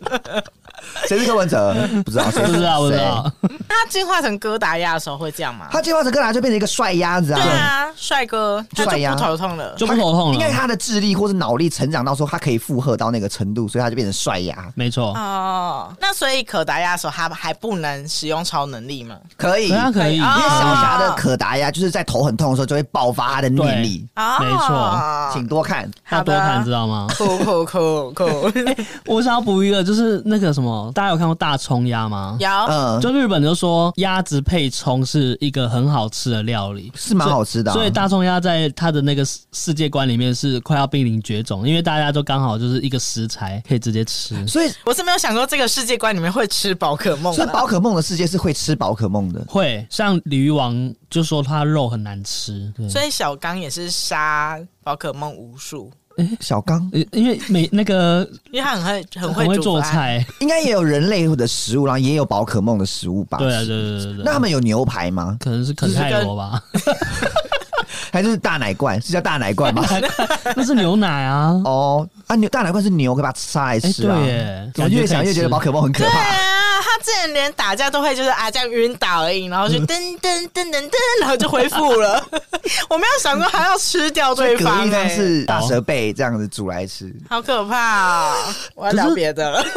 Speaker 2: 谁是柯 文哲？不知道，谁
Speaker 3: 不知道，不知。
Speaker 2: 谁
Speaker 3: 道，
Speaker 1: 那他进化成哥达亚的时候会这样吗？
Speaker 2: 他进化成哥达就变成一个帅鸭子
Speaker 1: 对
Speaker 2: 啊，
Speaker 1: 啊，帅哥，他
Speaker 2: 帅
Speaker 1: 就
Speaker 2: 呀
Speaker 1: 不头痛了。
Speaker 3: 啊就不头痛
Speaker 2: 应该
Speaker 3: 了。
Speaker 2: 他的智力或是脑力成长到说他可以负荷到那个程度，所以他就变成帅鸭。
Speaker 3: 没错，
Speaker 1: 哦，那所以可达亚的时候，他还不能使用超能力吗？
Speaker 2: 可以，
Speaker 3: 对他
Speaker 2: 因
Speaker 3: 可以，
Speaker 1: 啊
Speaker 2: 为小
Speaker 1: 侠
Speaker 2: 霞的可达鸭就是在头很痛的时候就会爆发他的念力，
Speaker 1: 哦，
Speaker 3: 没错
Speaker 2: 请多看。
Speaker 3: 要
Speaker 1: 好
Speaker 3: 多看，知
Speaker 1: 的，
Speaker 3: 道吗？
Speaker 1: 酷酷酷酷，
Speaker 3: 我想要补一个，就是那个什么，大家有看过大葱鸭吗？
Speaker 1: 有
Speaker 2: 嗯，
Speaker 3: 就日本就说鸭子配葱是一个很好吃的料理，
Speaker 2: 是蛮好吃的啊、
Speaker 3: 所以大葱鸭在它的那个世世界观里面是快要濒临绝种，因为大家都刚好就是一个食材可以直接吃。
Speaker 2: 所以
Speaker 1: 我是没有想过这个世界观里面会吃宝可梦啊
Speaker 2: 所以
Speaker 1: 啦
Speaker 2: 宝可梦的世界是会吃宝可梦的。
Speaker 3: 会像鲤鱼王就说它肉很难吃，对，
Speaker 1: 所以小刚也是杀宝可梦无数，
Speaker 2: 小刚
Speaker 3: 呃因为每那个
Speaker 1: 因为他很会很
Speaker 3: 很
Speaker 1: 会
Speaker 3: 会
Speaker 1: 煮
Speaker 3: 做
Speaker 1: 饭，
Speaker 3: 菜，
Speaker 2: 应该也有人类的食物，然后也有宝可梦的食物吧？
Speaker 3: 对啊，对对对对
Speaker 2: 那他
Speaker 3: 对。
Speaker 2: 们有牛排吗？
Speaker 3: 可能是肯泰 罗吧，
Speaker 2: 还是大奶罐？是叫大奶 罐吗？
Speaker 3: 那是牛奶啊。
Speaker 2: 哦，啊牛大奶罐是牛，可以把它杀来
Speaker 3: 哎，
Speaker 2: 吃啊。
Speaker 3: 对耶，
Speaker 2: 我越想越觉得宝
Speaker 3: 可以
Speaker 2: 可梦很可
Speaker 1: 对
Speaker 2: 怕。
Speaker 1: 啊，他之前连打架都会就是啊这样晕倒而已，然后就噔噔噔噔噔，然后就恢复了。 我没有想过还要吃掉对
Speaker 2: 蛤
Speaker 1: 方、
Speaker 2: 蜊汤
Speaker 1: 欸，
Speaker 2: 是
Speaker 3: 哎
Speaker 2: 大蛇背这样子煮来吃，
Speaker 1: 好可怕、哦！我要聊别的了，
Speaker 3: 吃。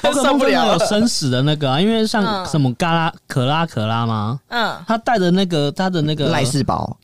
Speaker 3: 宝可
Speaker 1: 受
Speaker 3: 梦
Speaker 1: 不
Speaker 3: 真的
Speaker 1: 了
Speaker 3: 有
Speaker 1: 了。
Speaker 3: 生死的那个啊，因为像
Speaker 1: 嗯
Speaker 3: 什么嘎拉可拉可拉吗？
Speaker 1: 嗯，
Speaker 3: 他带的那个他的那个
Speaker 2: 赖世宝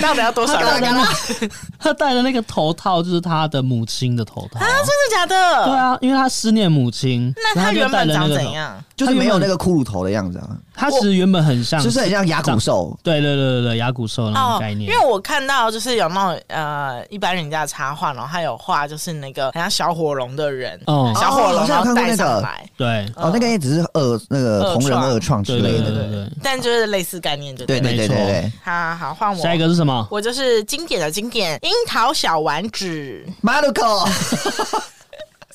Speaker 1: 到底要多少人？啊
Speaker 3: 他戴的
Speaker 1: 真
Speaker 3: 那个，他戴的那个头套就是他的母亲的头套。
Speaker 1: 的假
Speaker 3: 对
Speaker 1: 的？
Speaker 3: 啊，因为他思念母亲，
Speaker 1: 啊那
Speaker 3: 然后
Speaker 1: 他
Speaker 3: 就
Speaker 1: 原
Speaker 3: 戴
Speaker 1: 本
Speaker 3: 了那
Speaker 1: 长
Speaker 3: 个
Speaker 1: 怎
Speaker 3: 头？
Speaker 1: 样？
Speaker 2: 就是没有那个骷髅头的样子啊，
Speaker 3: 他其实原本很像，
Speaker 2: 就是很像牙骨兽。
Speaker 3: 对对对对对，牙骨兽那种嗯概念。
Speaker 1: 哦因为我看到就是有那种呃一般人家的插画，然后他有画就是那个很像小火龙的人，
Speaker 3: 哦
Speaker 1: 小火龙然后戴
Speaker 2: 哦好像有看过那个
Speaker 1: 上来，
Speaker 3: 对
Speaker 2: 哦，那个也只是二那个
Speaker 1: 恶
Speaker 2: 同人
Speaker 1: 创
Speaker 2: 二创之
Speaker 3: 对
Speaker 2: 类
Speaker 3: 对
Speaker 2: 的。
Speaker 3: 对对
Speaker 1: 但就是类似概念就
Speaker 2: 对
Speaker 1: 对了。
Speaker 2: 对对对
Speaker 3: 没错
Speaker 2: 对，
Speaker 1: 好好换
Speaker 3: 对。
Speaker 1: 我，
Speaker 3: 下一个是什么？
Speaker 1: 我就是经典的经典樱桃小丸子，
Speaker 2: 马鲁克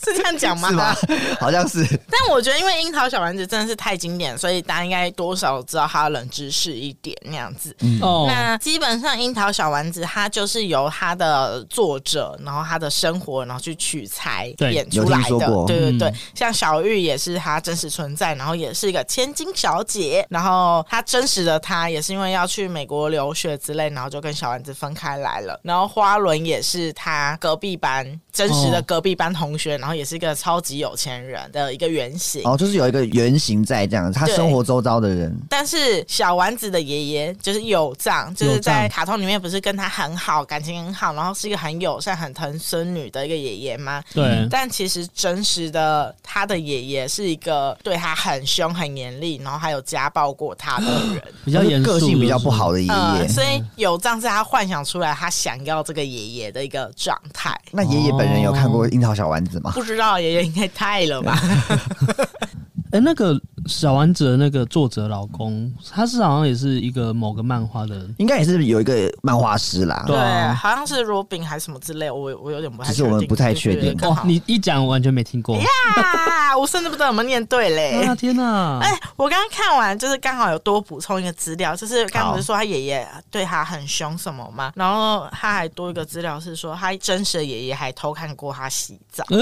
Speaker 1: 是这样讲吗？
Speaker 2: 是吗？好像是。
Speaker 1: 但我觉得，因为樱桃小丸子真的是太经典，所以大家应该多少知道它的冷知识一点那样
Speaker 2: 嗯
Speaker 1: 子。
Speaker 3: 哦，
Speaker 1: 那基本上，樱桃小丸子它就是由它的作者，然后他的生活，然后去取材
Speaker 3: 对
Speaker 1: 演出来
Speaker 2: 有听说
Speaker 1: 的
Speaker 2: 过。
Speaker 1: 对对对，
Speaker 3: 嗯
Speaker 1: 像小玉也是她真实存在，然后也是一个千金小姐，然后她真实的她也是因为要去美国留学之类，然后就跟小丸子分开来了。然后花轮也是她隔壁班真实的
Speaker 3: 哦
Speaker 1: 隔壁班同学，然后也是一个超级有钱人的一个原型。
Speaker 2: 哦，就是有一个原型在这样，他
Speaker 1: 对
Speaker 2: 生活周遭的人，
Speaker 1: 但是小丸子的爷爷就是有藏，就是
Speaker 3: 有藏
Speaker 1: 在卡通里面不是跟他很好，感情很好，然后是一个很友善、很疼孙女的一个爷爷吗？
Speaker 3: 对，
Speaker 1: 但其实真实的他的爷爷是一个对他很凶、很严厉，然后还有家暴过 他的人。
Speaker 3: 比较严肃，
Speaker 2: 个性比较不好的爷
Speaker 1: 呃，
Speaker 2: 爷。
Speaker 1: 所以有藏是他幻想出来他想要这个爷爷的一个状态。
Speaker 2: 那爷
Speaker 3: 哦
Speaker 2: 爷本人有看过《樱桃小丸子》吗？
Speaker 1: 不知道爷爷应该太了 吧？
Speaker 3: 哎、那个小丸子的那个作者老公，他是好像也是一个某个漫画的，
Speaker 2: 应该也是有一个漫画师啦。
Speaker 3: 对啊
Speaker 1: 好像是罗宾还是什么之类，我我有点不太
Speaker 2: 其
Speaker 1: 确
Speaker 2: 实我
Speaker 1: 定。
Speaker 2: 们不太
Speaker 1: 对
Speaker 2: 确
Speaker 1: 对对
Speaker 2: 定
Speaker 1: 更
Speaker 3: 哦
Speaker 1: 好，哎啊
Speaker 3: 你一讲我完全没听过。
Speaker 1: 呀，我甚至不知道有没有念对 嘞。
Speaker 3: 啊天哪！
Speaker 1: 哎、我刚刚看完，就是刚好有多补充一个资料，就是刚刚不是说他爷爷对他很凶什么吗？然后他还多一个资料是说，他真实的爷爷还偷看过他洗澡。
Speaker 3: 呃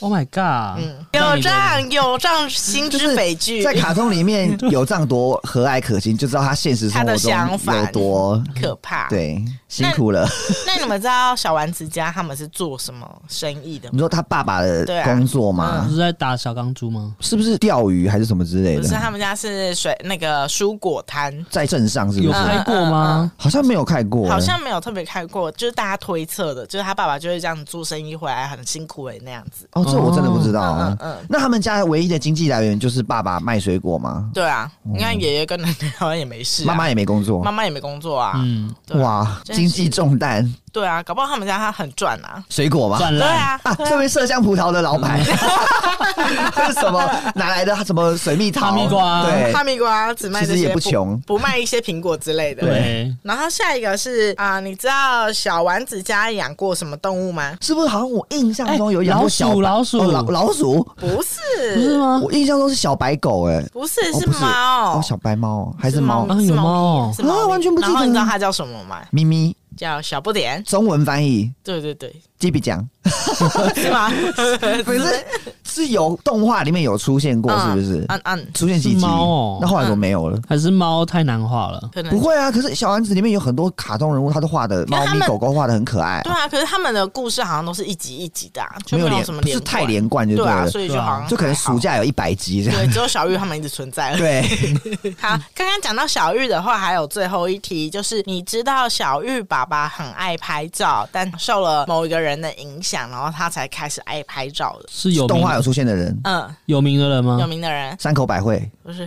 Speaker 3: ，Oh my god！
Speaker 1: 嗯，
Speaker 3: 让
Speaker 1: 有
Speaker 3: 你的
Speaker 1: 账有账，心 之匪惧，
Speaker 2: 在卡通里面有藏多和蔼可亲，就知道他现实生活
Speaker 1: 他的想
Speaker 2: 中
Speaker 1: 法啊
Speaker 2: 有多
Speaker 1: 可怕。，
Speaker 2: 对辛苦了。
Speaker 1: 那你们知道小丸子家他们是做什么生意的吗
Speaker 2: 你？说他爸爸的
Speaker 1: 对啊
Speaker 2: 工作
Speaker 3: 不
Speaker 2: 吗？
Speaker 3: 是在打小钢珠吗？
Speaker 2: 是不是钓鱼还是什么之类
Speaker 1: 不
Speaker 2: 的
Speaker 1: 是，？他们家是水那个蔬果摊，
Speaker 2: 在镇上是不
Speaker 3: 有
Speaker 2: 是？
Speaker 1: 嗯
Speaker 3: 拍过吗？
Speaker 2: 好像没有看过，欸
Speaker 1: 好像没有特别看过，就是大家推测的，就是他爸爸就是这样做生意回来很辛苦的欸那样子。
Speaker 2: 哦，这我真的不知道啊
Speaker 1: 嗯。嗯嗯
Speaker 2: 那他们家唯一的经济来源就是爸爸卖水果吗？
Speaker 1: 对啊，你看爷爷跟奶奶好像也没事、啊，
Speaker 2: 哦妈妈也没工作
Speaker 1: 妈，妈也没工作啊。
Speaker 3: 嗯，
Speaker 1: 对啊，
Speaker 2: 哇，
Speaker 1: 真是
Speaker 2: 经济重担，
Speaker 1: 对啊，搞不好他们家他很赚啊。
Speaker 2: 水果吗？
Speaker 3: 赚
Speaker 1: 对
Speaker 3: 烂。
Speaker 1: 啊，
Speaker 2: 啊，这边麝香葡萄的老
Speaker 3: 嗯
Speaker 2: 板， 这是什么哪来的？什么水蜜桃、
Speaker 3: 哈密瓜
Speaker 2: 对，
Speaker 1: 哈密瓜只卖这些，
Speaker 2: 其实也不穷
Speaker 1: 不卖一些苹果之类的。
Speaker 3: 对，
Speaker 1: 然后下一个是啊、你知道小丸子家养过什么动物 吗？
Speaker 2: 是不是好像我印象中有养过小
Speaker 3: 哎老鼠啊
Speaker 2: 哦
Speaker 3: 老
Speaker 2: 老
Speaker 3: 鼠
Speaker 2: 老鼠？
Speaker 1: 不
Speaker 3: 不是
Speaker 1: 是，
Speaker 3: 吗？
Speaker 2: 我印象中是小白狗、哎，
Speaker 1: 不是，
Speaker 2: 哦
Speaker 1: 是
Speaker 2: 不是
Speaker 1: 猫，
Speaker 2: 哦，小白猫哦还是猫
Speaker 3: 啊有猫哦
Speaker 1: 是猫咪
Speaker 2: 啊完全不记得
Speaker 1: 然后你知道它叫什么吗？
Speaker 2: 咪咪，
Speaker 1: 叫小不点。
Speaker 2: 中文翻译
Speaker 1: 对对 对，
Speaker 2: 鸡 比奖，
Speaker 1: 是吗？
Speaker 2: 不是是有动画里面有出现过，是不是？
Speaker 1: 嗯嗯，
Speaker 2: 出现几集？
Speaker 3: 是猫哦
Speaker 2: 那后来怎么没有了？
Speaker 3: 还是猫太难画了？
Speaker 1: 可能
Speaker 2: 不会啊，可是小丸子里面有很多卡通人物，他都画的
Speaker 1: 为
Speaker 2: 猫
Speaker 1: 他
Speaker 2: 咪
Speaker 1: 们
Speaker 2: 狗狗画的很可爱、
Speaker 1: 对啊，可是他们的故事好像都是一集一集的、啊，就
Speaker 2: 没有
Speaker 1: 有
Speaker 2: 连
Speaker 1: 什么
Speaker 2: 不是太连贯就
Speaker 1: 贯对
Speaker 2: 了，
Speaker 1: 啊，所以就
Speaker 3: 对啊
Speaker 1: 好像
Speaker 2: 就可能暑
Speaker 1: 假
Speaker 2: 假有一百集这样。
Speaker 1: 对，只有小玉他们一直存在而已。
Speaker 2: 对，
Speaker 1: 好，刚刚讲到小玉的话，还有最后一题，就是你知道小玉爸爸很爱拍照，但受了某一个人的影响，然后他才开始爱拍照的。
Speaker 3: 是 有名
Speaker 2: 动画有出现的人，
Speaker 1: 嗯，
Speaker 3: 有名的人吗
Speaker 1: 有？名的人
Speaker 2: 山口百惠
Speaker 1: 不是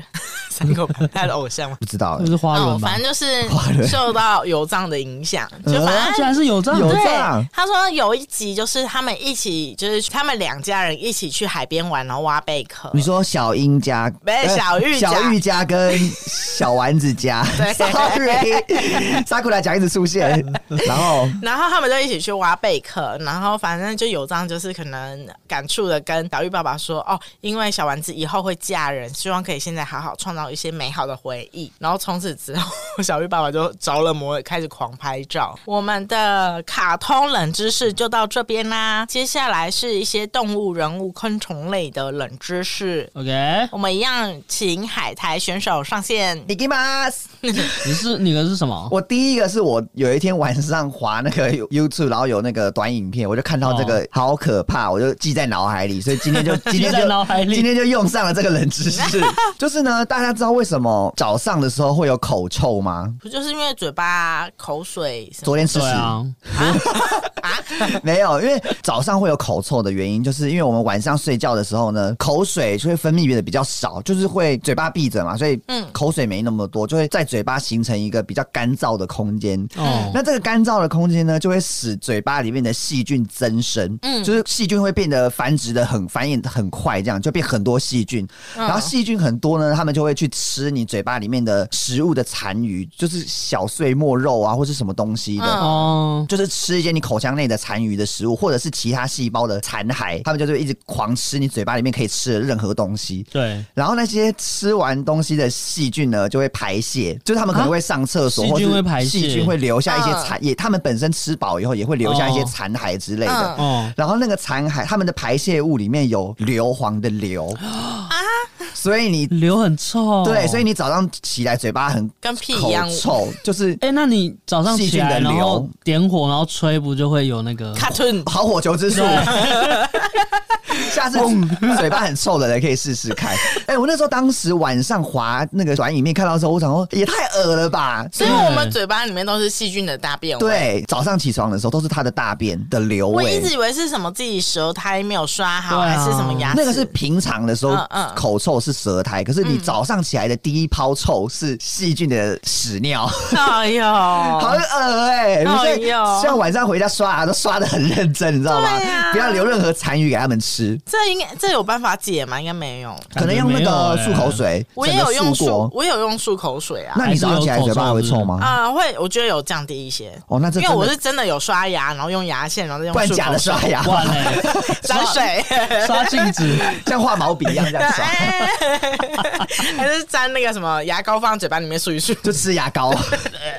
Speaker 1: 三口百他的偶像吗？
Speaker 2: 不知道欸
Speaker 3: 那，是花
Speaker 1: 哦
Speaker 3: 轮，吧
Speaker 1: 反？正就是
Speaker 2: 花轮
Speaker 1: 受到有藏的影响，就反
Speaker 3: 啊
Speaker 1: 正
Speaker 3: 竟然是有这样
Speaker 2: 有
Speaker 3: 的，
Speaker 2: 这
Speaker 1: 对
Speaker 2: 样，
Speaker 1: 他说有一集就是他们一起，就是他们两家人一起去海边玩，然后挖贝壳。
Speaker 2: 你说小英家
Speaker 1: 没
Speaker 2: 呃
Speaker 1: 小玉家
Speaker 2: 小玉家跟小丸子家
Speaker 1: 对
Speaker 2: ，sorry，沙库拉奖一直出现，然后
Speaker 1: 然后他们就一起去挖贝壳，然后反正就有张就是可能感触的跟小玉爸爸说哦，因为小丸子以后会嫁人，希望可以现在好好创造一些美好的回忆。然后从此之后，小玉爸爸就着了魔，开始狂拍照。我们的卡通冷知识就到这边啦，接下来是一些动物、人物、昆虫类的冷知识。
Speaker 3: OK，
Speaker 1: 我们一样请海苔选手上线。
Speaker 2: 你给吗？
Speaker 3: 你是你的是什么？
Speaker 2: 我第一个是我有一天晚上滑那个 YouTube，然后有那个短影片，我就看到这个好可怕，我就记在脑海里，所以今 天就今
Speaker 3: 哦
Speaker 2: 天
Speaker 3: 记在
Speaker 2: 就
Speaker 3: 脑海里
Speaker 2: 今天就用上了这个冷知识。就是呢，大家知道为什么早上的时候会有口臭吗？
Speaker 1: 不就是因为嘴巴口水什么
Speaker 2: 昨天吃
Speaker 3: 对
Speaker 2: 屎、
Speaker 3: 啊，
Speaker 1: 啊？
Speaker 2: 没有，因为早上会有口臭的原因，就是因为我们晚上睡觉的时候呢，口水就会分泌的比较少，就是会嘴巴闭着嘛，所以
Speaker 1: 嗯
Speaker 2: 口水没那么多，就会在嘴巴形成一个比较干燥的空间。
Speaker 1: 嗯
Speaker 3: 哦，
Speaker 2: 那这个干燥的空间呢，就会使嘴巴里面的细菌增生，
Speaker 1: 嗯
Speaker 2: 就是细菌会变得繁殖的很繁衍得很快，这样就变很多细菌。
Speaker 1: 嗯
Speaker 2: 然后细菌很多呢，它们就会去吃你嘴巴里面的食物的残余，就是小碎末肉啊，或是什么东西的。
Speaker 1: 嗯
Speaker 3: 哦，
Speaker 2: 就是吃一些你口腔内的残余的食物，或者是其他细胞的残骸，它们就是一直狂吃你嘴巴里面可以吃的任何东西。
Speaker 3: 对，
Speaker 2: 然后那些吃完东西的细菌呢，就会排泄，就是他们可能会上厕所，
Speaker 3: 啊
Speaker 2: 或
Speaker 3: 细菌
Speaker 2: 是
Speaker 3: 会排泄
Speaker 2: 细菌会留下一些
Speaker 1: 嗯
Speaker 2: 残，也他们本身吃饱以后也会留下一些残骸之类的。
Speaker 1: 嗯
Speaker 3: 哦，
Speaker 2: 然后那个残骸，他们的排泄物里面有硫磺的硫啊，所以你
Speaker 3: 流很臭，
Speaker 2: 对，所以你早上起来嘴巴很
Speaker 1: 跟屁一
Speaker 2: 口
Speaker 1: 样
Speaker 2: 臭，就是
Speaker 3: 哎、那你早上
Speaker 2: 细
Speaker 3: 起
Speaker 2: 菌
Speaker 3: 来，
Speaker 2: 的
Speaker 3: 然后
Speaker 2: 流
Speaker 3: 点火，然后吹，不就会有那个？
Speaker 1: 卡顿
Speaker 2: 好火球之术。下次嘴巴很臭的人可以试试看。 哎、我那时候当时晚上滑那个短影片看到的时候，我想说也太恶了吧。
Speaker 1: 所以我们嘴巴里面都是细菌的大便味。
Speaker 2: 对，早上起床的时候都是他的大便的流
Speaker 1: 我一
Speaker 2: 味
Speaker 1: 直。以为是什么自己舌苔没有刷好，
Speaker 3: 对
Speaker 1: 还
Speaker 3: 啊
Speaker 1: 是什么牙齿？
Speaker 2: 那个是平常的时候
Speaker 1: 嗯嗯
Speaker 2: 口臭是舌苔，可是你早上起来的第一泡臭是细菌的屎尿，
Speaker 1: 哎呦，
Speaker 2: 好恶哎！你
Speaker 1: 哎
Speaker 2: 在
Speaker 1: 呦
Speaker 2: 像晚上回家刷牙都刷的很认真，你知道吗
Speaker 1: 对啊？
Speaker 2: 不要留任何残余给他们吃，
Speaker 1: 这应该这有办法解吗？应该没有。
Speaker 2: 可能欸用那个漱口水，
Speaker 1: 我也有用
Speaker 2: 整个哦漱
Speaker 1: 漱，
Speaker 2: 过。
Speaker 1: 我有用漱口水啊。
Speaker 2: 那你早上起来嘴巴还会臭吗？
Speaker 1: 啊、会，我觉得有降低一些。
Speaker 2: 哦，那这
Speaker 1: 因为
Speaker 2: 真的
Speaker 1: 我是真的有刷牙，然后用牙线，然后再用
Speaker 2: 不然
Speaker 1: 漱
Speaker 2: 假
Speaker 1: 口
Speaker 2: 的
Speaker 1: 水、
Speaker 2: 刷牙，
Speaker 3: 哇嘞，
Speaker 1: 沾水，
Speaker 3: 刷镜子，
Speaker 2: 像画毛笔一样这样刷，
Speaker 1: 还是沾那个什么牙膏放在嘴巴里面漱一漱。
Speaker 2: 就吃牙膏，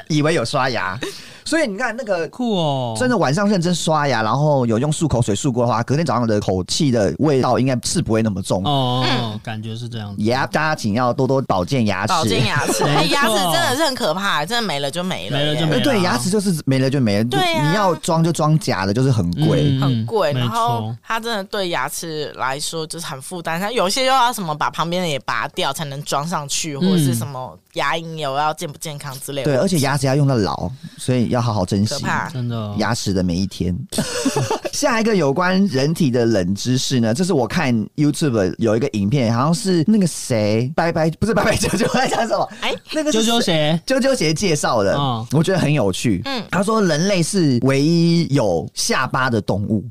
Speaker 2: 以为有刷牙。所以你看那个。
Speaker 3: 酷哦，
Speaker 2: 真的晚上认真刷牙，然后有用漱口水漱过的话，隔天早上的口气的味道应该是不会那么重。
Speaker 1: 嗯
Speaker 3: 哦，感觉是这样子。
Speaker 2: 也、大家请要多多保健牙齿。
Speaker 1: 保健 牙齿，哎
Speaker 3: 没错
Speaker 1: 牙齿真的是很可怕，真的没了就没了耶，
Speaker 3: 没了就没
Speaker 2: 呃
Speaker 3: 了
Speaker 2: 对，牙齿就是没了就没了，就
Speaker 1: 对啊
Speaker 2: 你要装就装假的，就是很贵。
Speaker 3: 嗯
Speaker 1: 很贵，
Speaker 3: 没
Speaker 1: 然后
Speaker 3: 错
Speaker 1: 它真的对牙齿来说就是很负担。它有些又要什么把旁边的也拔掉才能装上去，或者是什么牙龈有要健不健康之类的，
Speaker 2: 对，而且牙齿要用到老，所以要好好珍
Speaker 1: 可
Speaker 2: 惜
Speaker 1: 怕。
Speaker 3: 真的哦
Speaker 2: 牙齿的每一天。 下一个有关人体的冷知识呢，这是我看 YouTube 有一个影片，好像是那个谁，拜拜，不是拜拜九九，在讲什么？
Speaker 1: 哎
Speaker 2: 那个是
Speaker 3: 啾
Speaker 2: 谁
Speaker 3: 啾鞋，
Speaker 2: 啾啾鞋介绍的，
Speaker 3: 嗯
Speaker 2: 我觉得很有趣。
Speaker 1: 嗯
Speaker 2: 他说人类是唯一有下巴的动物。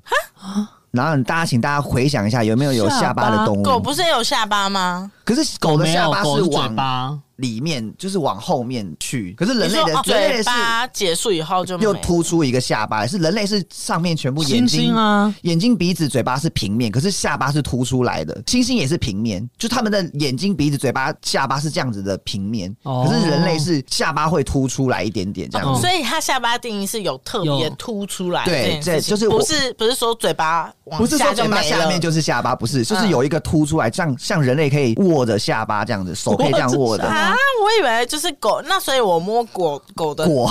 Speaker 2: 然后大家请大家回想一下，有没有有下巴的
Speaker 3: 嗯
Speaker 2: 动物？
Speaker 1: 狗不是也有下巴吗？
Speaker 2: 可是狗的
Speaker 3: 没
Speaker 2: 下
Speaker 3: 有
Speaker 2: 巴
Speaker 3: 狗
Speaker 2: 是
Speaker 3: 是
Speaker 2: 往
Speaker 3: 嘴巴，
Speaker 2: 里面，就是往后面去。可是人
Speaker 1: 你
Speaker 2: 类
Speaker 1: 说
Speaker 2: 的、
Speaker 1: 哦
Speaker 2: 人类
Speaker 1: 嘴
Speaker 2: 的是
Speaker 1: 巴结束以后就没
Speaker 2: 又突出一个下巴，是人类是上面全部眼
Speaker 3: 星
Speaker 2: 睛
Speaker 3: 星啊，
Speaker 2: 眼睛、鼻子、嘴巴是平面，可是下巴是凸出来的。猩猩也是平面，就他们的眼睛、鼻子、嘴巴、下巴是这样子的平面，
Speaker 3: 哦
Speaker 2: 可是人类是下巴会凸出来一点点这样
Speaker 3: 哦
Speaker 2: 子。
Speaker 1: 所以它下巴定义是有特别凸出来，
Speaker 2: 对
Speaker 1: 这件事情
Speaker 2: 这就是我
Speaker 1: 不是不是说嘴巴往
Speaker 2: 不是
Speaker 1: 下
Speaker 2: 说
Speaker 1: 就
Speaker 2: 嘴巴
Speaker 1: 没了
Speaker 2: 下面就是下巴，不是，就是
Speaker 1: 嗯
Speaker 2: 有一个凸出来，像像人类可以握着下巴这样子，手可以这样握的。
Speaker 1: 啊？我以为就是狗，那所以我摸狗狗的，
Speaker 2: 果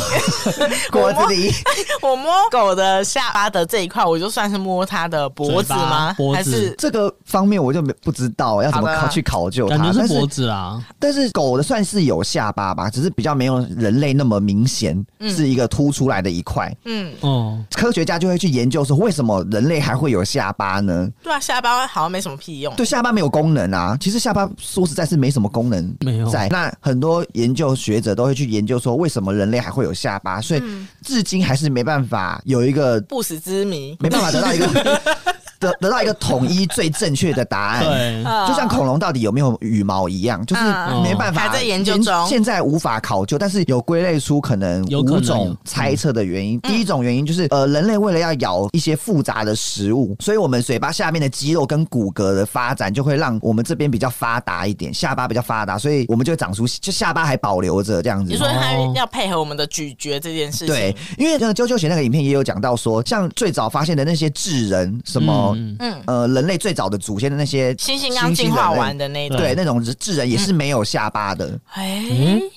Speaker 2: 果子狸，
Speaker 1: 我摸狗的下巴的这一块，我就算是摸它的脖子吗
Speaker 3: 嘴巴？脖子
Speaker 1: 还是
Speaker 2: 这个方面我就没不知道要怎么
Speaker 1: 好的
Speaker 2: 考去考究
Speaker 3: 感
Speaker 2: 它，
Speaker 3: 觉
Speaker 2: 但
Speaker 3: 是
Speaker 2: 是
Speaker 3: 脖子啦，
Speaker 2: 但是狗的算是有下巴吧，只是比较没有人类那么明显，是一个凸出来的一块。
Speaker 1: 嗯，
Speaker 3: 哦，
Speaker 2: 科学家就会去研究说，为什么人类还会有下巴呢？
Speaker 1: 对啊，下巴好像没什么屁用。
Speaker 2: 对，下巴没有功能啊。其实下巴说实在是没什么功能，
Speaker 3: 没有
Speaker 2: 在。那很多研究学者都会去研究说，为什么人类还会有下巴？所以至今还是没办法有一个，
Speaker 1: 不死之谜，
Speaker 2: 没办法得到一个得得到一个统一最正确的答案。
Speaker 3: 对，
Speaker 1: 呃
Speaker 2: 就像恐龙到底有没有羽毛一样，就是
Speaker 1: 嗯
Speaker 2: 没办法，
Speaker 1: 还在研究中
Speaker 2: 现在无法考究，但是有归类出可能
Speaker 3: 有可能
Speaker 2: 五种猜测的原
Speaker 1: 嗯
Speaker 2: 因。第一种原因就是，呃，人类为了要咬一些复杂的食物，所以我们嘴巴下面的肌肉跟骨骼的发展，就会让我们这边比较发达一点，下巴比较发达，所以我们就会长出就下巴还保留着这样子。
Speaker 1: 你说它
Speaker 3: 哦
Speaker 1: 要配合我们的咀嚼这件事情，
Speaker 2: 对，因为那个啾啾鞋那个影片也有讲到说，像最早发现的那些智人，什么、
Speaker 3: 嗯
Speaker 1: 嗯，
Speaker 2: 呃，人类最早的祖先的那些
Speaker 1: 猩猩刚进化
Speaker 2: 人类
Speaker 1: 完的那一段，
Speaker 2: 对，那种智人也是没有下巴的，
Speaker 1: 哎。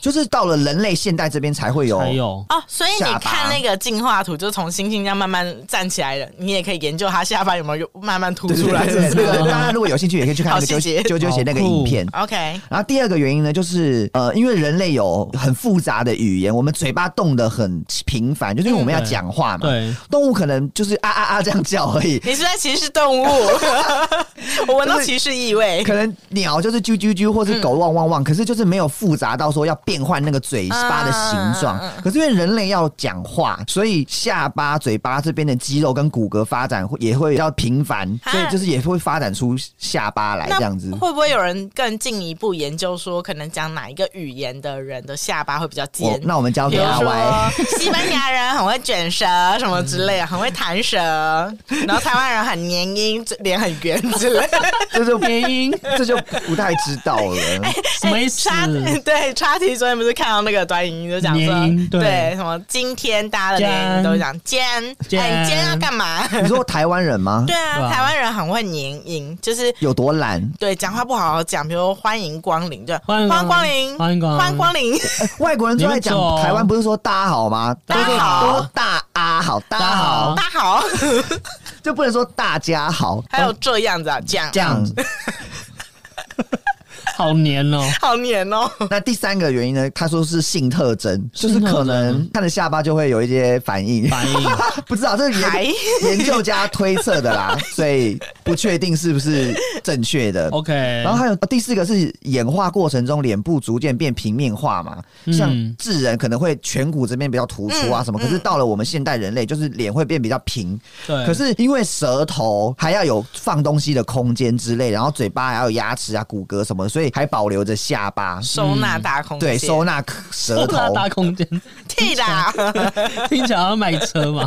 Speaker 2: 就是到了人类现代这边才会有。
Speaker 3: 还有
Speaker 1: 哦，所以你
Speaker 2: 下巴
Speaker 1: 看那个进化图，就从猩猩这样慢慢站起来了，你也可以研究它下巴有没有慢慢凸
Speaker 2: 对
Speaker 1: 出
Speaker 2: 对
Speaker 1: 来，是
Speaker 2: 对对
Speaker 1: 不
Speaker 2: 对，
Speaker 1: 是
Speaker 2: 那个大家如果有兴趣，也可以去看那个
Speaker 1: 好
Speaker 2: 啾
Speaker 1: 细节
Speaker 2: 啾啾鞋那个影片。
Speaker 1: ？OK，
Speaker 2: 然后第二个原因呢，就是呃，因为人类有很复杂的语言，我们嘴巴动得很频繁，就是因为我们要讲话嘛。
Speaker 3: 对，
Speaker 2: 动物可能就是啊啊啊这样叫而已，
Speaker 1: 你是在歧视动物？ 我闻到歧视意味。
Speaker 2: 可能鸟就是啾啾啾，或是狗汪汪汪，可是就是没有复杂到说要变换那个嘴巴的形状。
Speaker 1: 嗯嗯嗯
Speaker 2: 可是因为人类要讲话，所以下巴、嘴巴这边的肌肉跟骨骼发展会也会要频繁，
Speaker 1: 啊
Speaker 2: 所以就是也会发展出下巴来
Speaker 1: 那
Speaker 2: 这样子。
Speaker 1: 会不会有人更进一步研究说，可能讲哪一个语言的人的下巴会比较
Speaker 2: 我
Speaker 1: 尖？
Speaker 2: 哦那我们交
Speaker 1: 比如
Speaker 2: 给阿歪。
Speaker 1: 说 西班牙人很会卷舌什么之类的，很会弹舌，然后台湾人很黏音，嘴脸很圆之类的。
Speaker 2: 这就
Speaker 3: 原因
Speaker 2: 这就不太知 道了。
Speaker 1: 哎
Speaker 3: 什么意思？
Speaker 1: 插对插题，昨天不是看到那个短影音就讲
Speaker 3: 联
Speaker 1: 说
Speaker 3: 音，对
Speaker 1: 什么今天大家的联音
Speaker 3: 尖
Speaker 1: 都讲尖，
Speaker 3: 尖
Speaker 1: 哎，你尖要干嘛？
Speaker 2: 你说台湾人吗
Speaker 1: 对？
Speaker 3: 对
Speaker 1: 啊，
Speaker 3: 啊
Speaker 1: 台湾人很会黏音，就是
Speaker 2: 有 多懒？
Speaker 1: 对讲话不好好讲，比如欢迎光临，对，
Speaker 3: 欢迎
Speaker 1: 光
Speaker 3: 光
Speaker 1: 临，
Speaker 3: 欢迎光临
Speaker 1: 欢迎光临，
Speaker 2: 哎外国人最爱讲
Speaker 3: 你们走
Speaker 2: 台湾，不是说大家好吗？
Speaker 1: 大家好
Speaker 2: 都大啊好，大家
Speaker 3: 大家
Speaker 2: 好
Speaker 3: 好
Speaker 1: 大家好，
Speaker 2: 就不能说大家好，
Speaker 1: 还有这样子啊，这样
Speaker 2: 这样。
Speaker 3: 好黏哦、
Speaker 1: 好黏哦。
Speaker 2: 那第三个原因呢？他说是性特征，就是可能看着下巴就会有一些反应，
Speaker 3: 反应
Speaker 2: 不知道这是
Speaker 1: 还
Speaker 2: 研研究家推测的啦，所以不确定是不是正确的。
Speaker 3: OK，
Speaker 2: 然后还有第四个是演化过程中脸部逐渐变平面化嘛，
Speaker 3: 嗯
Speaker 2: 像智人可能会颧骨这边比较突出啊
Speaker 1: 嗯
Speaker 2: 什么，可是到了我们现代人类，就是脸会变比较平，
Speaker 3: 对，
Speaker 2: 可是因为舌头还要有放东西的空间之类，然后嘴巴还要有牙齿啊、骨骼什么的，所以还保留着下巴，
Speaker 1: 收纳大空间，
Speaker 2: 对，收纳舌头，啊
Speaker 3: 大空间，
Speaker 1: 屁啦！
Speaker 3: 听起来好像买车 嘛。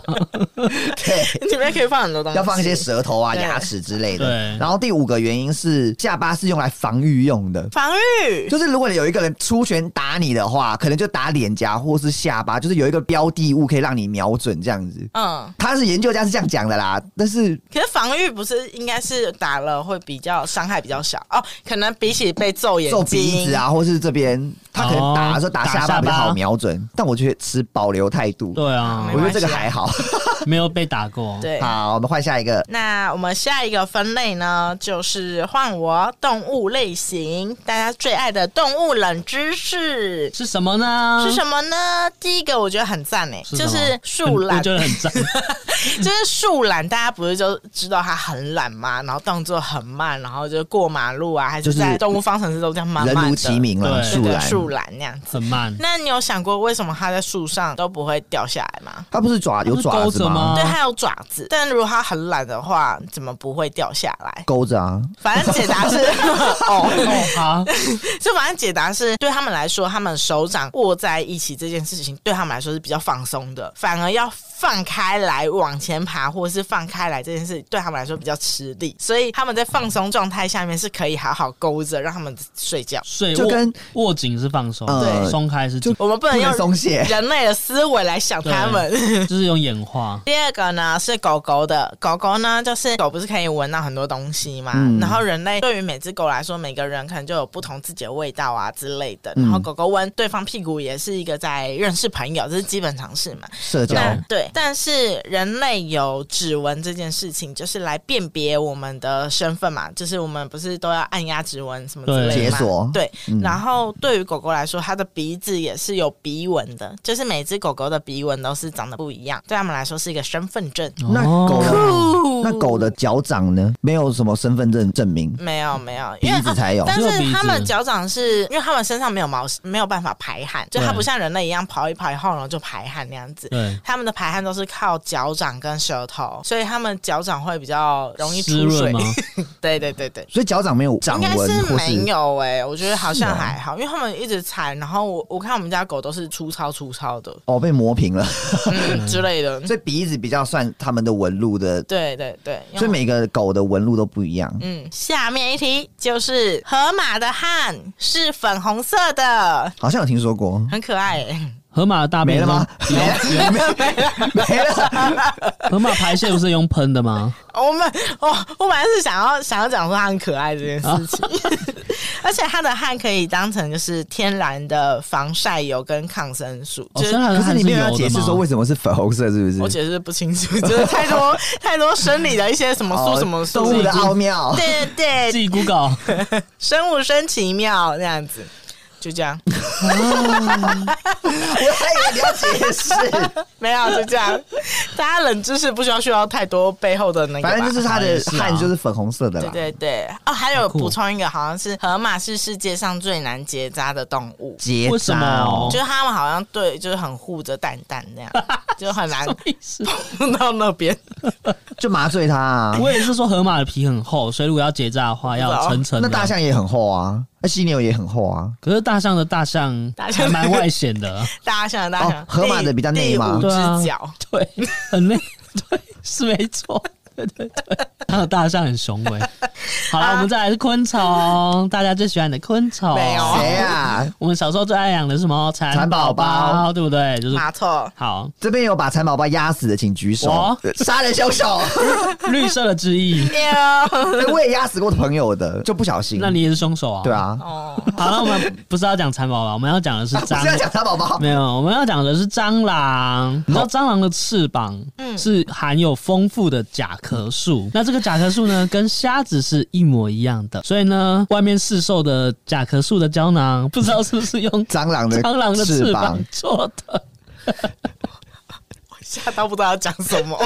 Speaker 2: 对。
Speaker 1: 里面可以放很多东西，
Speaker 2: 要放一些舌头啊、
Speaker 1: 对
Speaker 2: 牙齿之类的。
Speaker 3: 对
Speaker 2: 然后第五个原因是下巴是用来防御用的，
Speaker 1: 防御，
Speaker 2: 就是如果有一个人出拳打你的话，可能就打脸颊或是下巴，就是有一个标的物可以让你瞄准这样子。
Speaker 1: 嗯。
Speaker 2: 他是研究家是这样讲的啦，但是
Speaker 1: 可是防御不是应该是打了会比较伤害比较小哦？可能比起被揍眼
Speaker 2: 皱
Speaker 1: 睛、
Speaker 2: 鼻子，啊，或是这边他可能打的时候打下巴比较好瞄准，但我觉得持保留态度，
Speaker 3: 对啊
Speaker 2: 我，觉得这个还好。
Speaker 3: 没有被打过。
Speaker 1: 对，
Speaker 2: 好，我们换下一个。
Speaker 1: 那我们下一个分类呢，就是换我动物类型，大家最爱的动物冷知识。
Speaker 3: 是什么呢？
Speaker 1: 是什么呢？第一个我觉得很赞诶、
Speaker 3: 嗯是什
Speaker 1: 就
Speaker 3: 么
Speaker 1: 是树
Speaker 3: 很
Speaker 1: 懒
Speaker 3: 我，觉得很赞。
Speaker 1: 就是树懒，大家不是就知道它很懒吗？然后动作很慢，然后就过马路啊，还
Speaker 2: 就是是
Speaker 1: 在动物方程式都这样慢慢
Speaker 2: 人
Speaker 1: 的
Speaker 2: 如其名啦，
Speaker 3: 对
Speaker 2: 树
Speaker 1: 对
Speaker 2: 懒。
Speaker 1: 树懒那样子。
Speaker 3: 很慢，
Speaker 1: 那你有想过为什么它在树上都不会掉下来吗？
Speaker 2: 它不是爪有爪
Speaker 3: 它不是
Speaker 2: 子
Speaker 3: 钩着吗
Speaker 2: 吗？
Speaker 1: 对，它有爪子，但如果它很懒的话，怎么不会掉下来？
Speaker 2: 钩着啊，
Speaker 1: 反正解答是
Speaker 3: 哦
Speaker 1: 哦，
Speaker 3: 好，
Speaker 1: 就反正解答是对他们来说，他们手掌握在一起这件事情对他们来说是比较放松的，反而要放开来往前爬或者是放开来这件事对他们来说比较吃力，所以他们在放松状态下面是可以好好勾着让他们睡觉。
Speaker 3: 睡
Speaker 2: 就
Speaker 3: 握
Speaker 2: 跟
Speaker 3: 握紧是放松，
Speaker 2: 对
Speaker 3: 松开是紧
Speaker 2: 就
Speaker 1: 我们不能
Speaker 2: 不
Speaker 1: 用
Speaker 2: 能松懈。
Speaker 1: 人类的思维来想他们。
Speaker 3: 就是用演化。
Speaker 1: 第二个呢是狗狗的，狗狗呢就是狗不是可以闻到很多东西嘛，
Speaker 2: 嗯
Speaker 1: 然后人类对于每只狗来说，每个人可能就有不同自己的味道啊之类的，
Speaker 2: 嗯
Speaker 1: 然后狗狗闻对方屁股也是一个在认识朋友，这是基本常识嘛。
Speaker 2: 社交
Speaker 1: 那对，但是人类有指纹这件事情，就是来辨别我们的身份嘛，就是我们不是都要按压指纹什么之类的
Speaker 3: 对
Speaker 2: 解
Speaker 1: 嘛
Speaker 2: 锁
Speaker 1: 对，
Speaker 2: 嗯
Speaker 1: 然后对于狗狗来说，它的鼻子也是有鼻纹的，就是每只狗狗的鼻纹都是长得不一样，对它们来说是一个身份证。
Speaker 2: 那
Speaker 3: 哦
Speaker 2: 狗的、那狗的脚掌呢？没有什么身份证证明，
Speaker 1: 没有没有，因
Speaker 2: 鼻
Speaker 1: 为
Speaker 2: 子才有。
Speaker 1: 但
Speaker 3: 只有鼻
Speaker 1: 是
Speaker 3: 子
Speaker 1: 它们脚掌是因为它们身上没有毛，没有办法排汗，就它
Speaker 3: 对
Speaker 1: 不像人类一样跑一跑以后，然后就排汗那样子。
Speaker 3: 对，
Speaker 1: 他们的排汗都是靠脚掌跟舌头，所以他们脚掌会比较容易
Speaker 3: 湿
Speaker 1: 出水
Speaker 3: 润吗。？
Speaker 1: 对对对对。
Speaker 2: 所以脚掌没有
Speaker 1: 应
Speaker 2: 掌
Speaker 1: 该
Speaker 2: 纹，
Speaker 1: 是
Speaker 2: 或
Speaker 1: 没
Speaker 2: 是
Speaker 1: 有哎、我觉得好
Speaker 2: 是
Speaker 1: 像
Speaker 2: 哦
Speaker 1: 还好，因为他们一直踩，然后我我看我们家狗都是粗糙粗糙的，
Speaker 2: 哦被磨平了，
Speaker 1: 嗯之类的。
Speaker 2: 所以鼻子比较算他们的纹路的，
Speaker 1: 对对对，
Speaker 2: 所以每个狗的纹路都不一样。
Speaker 1: 嗯，下面一题就是河马的汗是粉红色的，
Speaker 2: 好像有听说过，
Speaker 1: 很可 爱、欸。
Speaker 3: 河马的大
Speaker 2: 没
Speaker 3: 便
Speaker 2: 了吗？没了，没了，没了。
Speaker 3: 河马排泄不是用喷的吗？
Speaker 1: 我们我我本来是想要想要讲说它很可爱这件
Speaker 2: 啊
Speaker 1: 事情， 而且它的汗可以当成就是天然的防晒油跟抗生素，就
Speaker 3: 哦，虽
Speaker 1: 是。
Speaker 3: 然
Speaker 2: 可嗯是
Speaker 3: 还
Speaker 2: 你没有要
Speaker 3: 油的
Speaker 2: 解释
Speaker 3: 嘛
Speaker 2: 说为什么是粉红色，是不是？
Speaker 1: 我解释不清楚， 就是太多太多生理的一些什么
Speaker 2: 哦
Speaker 1: 素什么素，
Speaker 2: 动物的奥妙。
Speaker 1: 对对对，
Speaker 3: 自己 Google
Speaker 1: 生物生奇妙那样子，就这样，
Speaker 2: 我还以为你要解释，
Speaker 1: 没有就这样，大家冷知识不需要需要太多背后的那个吧，
Speaker 2: 反正就是它
Speaker 3: 也
Speaker 2: 的
Speaker 3: 是啊
Speaker 2: 汗就是粉红色的
Speaker 1: 对
Speaker 2: 啦。
Speaker 1: 对对哦，还有
Speaker 3: 好酷
Speaker 1: 补充一个，好像是河马是世界上最难结扎的动物。
Speaker 2: 结
Speaker 3: 为什
Speaker 2: 扎
Speaker 3: 么
Speaker 2: 哦
Speaker 1: 就是他们好像对，就是很护着蛋蛋那 样，就很难
Speaker 3: 什么意 思？
Speaker 1: 碰到那边。
Speaker 2: 就麻醉它啊。
Speaker 3: 我也是说河马的皮很厚，所以如果要结扎的话要层层。
Speaker 2: 那大，象也很厚啊，那犀牛也很厚啊。
Speaker 3: 可是大象的大象
Speaker 1: 大
Speaker 3: 还
Speaker 1: 象
Speaker 3: 蛮外显的，
Speaker 1: 大家想，大家想，
Speaker 2: 哦河马的比较内嘛
Speaker 1: 第五
Speaker 3: 对啊
Speaker 1: 只脚，
Speaker 3: 对，很累，对，是没错。对对对，还有大象很雄伟。好了，我们再来是昆虫，大家最喜欢的昆虫。
Speaker 1: 没有
Speaker 2: 谁啊？
Speaker 3: 我们小时候最爱养的是什么？蚕宝
Speaker 2: 蚕宝
Speaker 3: 宝，对不对？就是
Speaker 1: 马错，
Speaker 3: 好
Speaker 2: 这边有把蚕宝宝压死的，请举手
Speaker 3: 我。
Speaker 2: 杀人凶 手，哎
Speaker 3: 绿色的之翼，
Speaker 1: 喵
Speaker 2: 我也压死过朋友的，就不小心。
Speaker 3: 那你也是凶手啊？
Speaker 2: 对。啊，
Speaker 1: 哦，
Speaker 3: 好了，我们不是要讲蚕宝宝，我们要讲的是
Speaker 2: 不
Speaker 3: 蟑
Speaker 2: 是要讲蚕宝宝
Speaker 3: 没有，我们要
Speaker 2: 嗯
Speaker 3: 讲的是蟑螂。你知道蟑螂的翅膀是含有丰富的甲壳树。 那这个甲壳树呢，跟虾子是一模一样的，所以呢，外面市售的甲壳树的胶囊， 不知道是不是 用
Speaker 2: 蟑螂的
Speaker 3: 蟑螂的
Speaker 2: 翅
Speaker 3: 翅
Speaker 2: 膀
Speaker 3: 膀做的。
Speaker 1: 吓到不知道要讲什 么。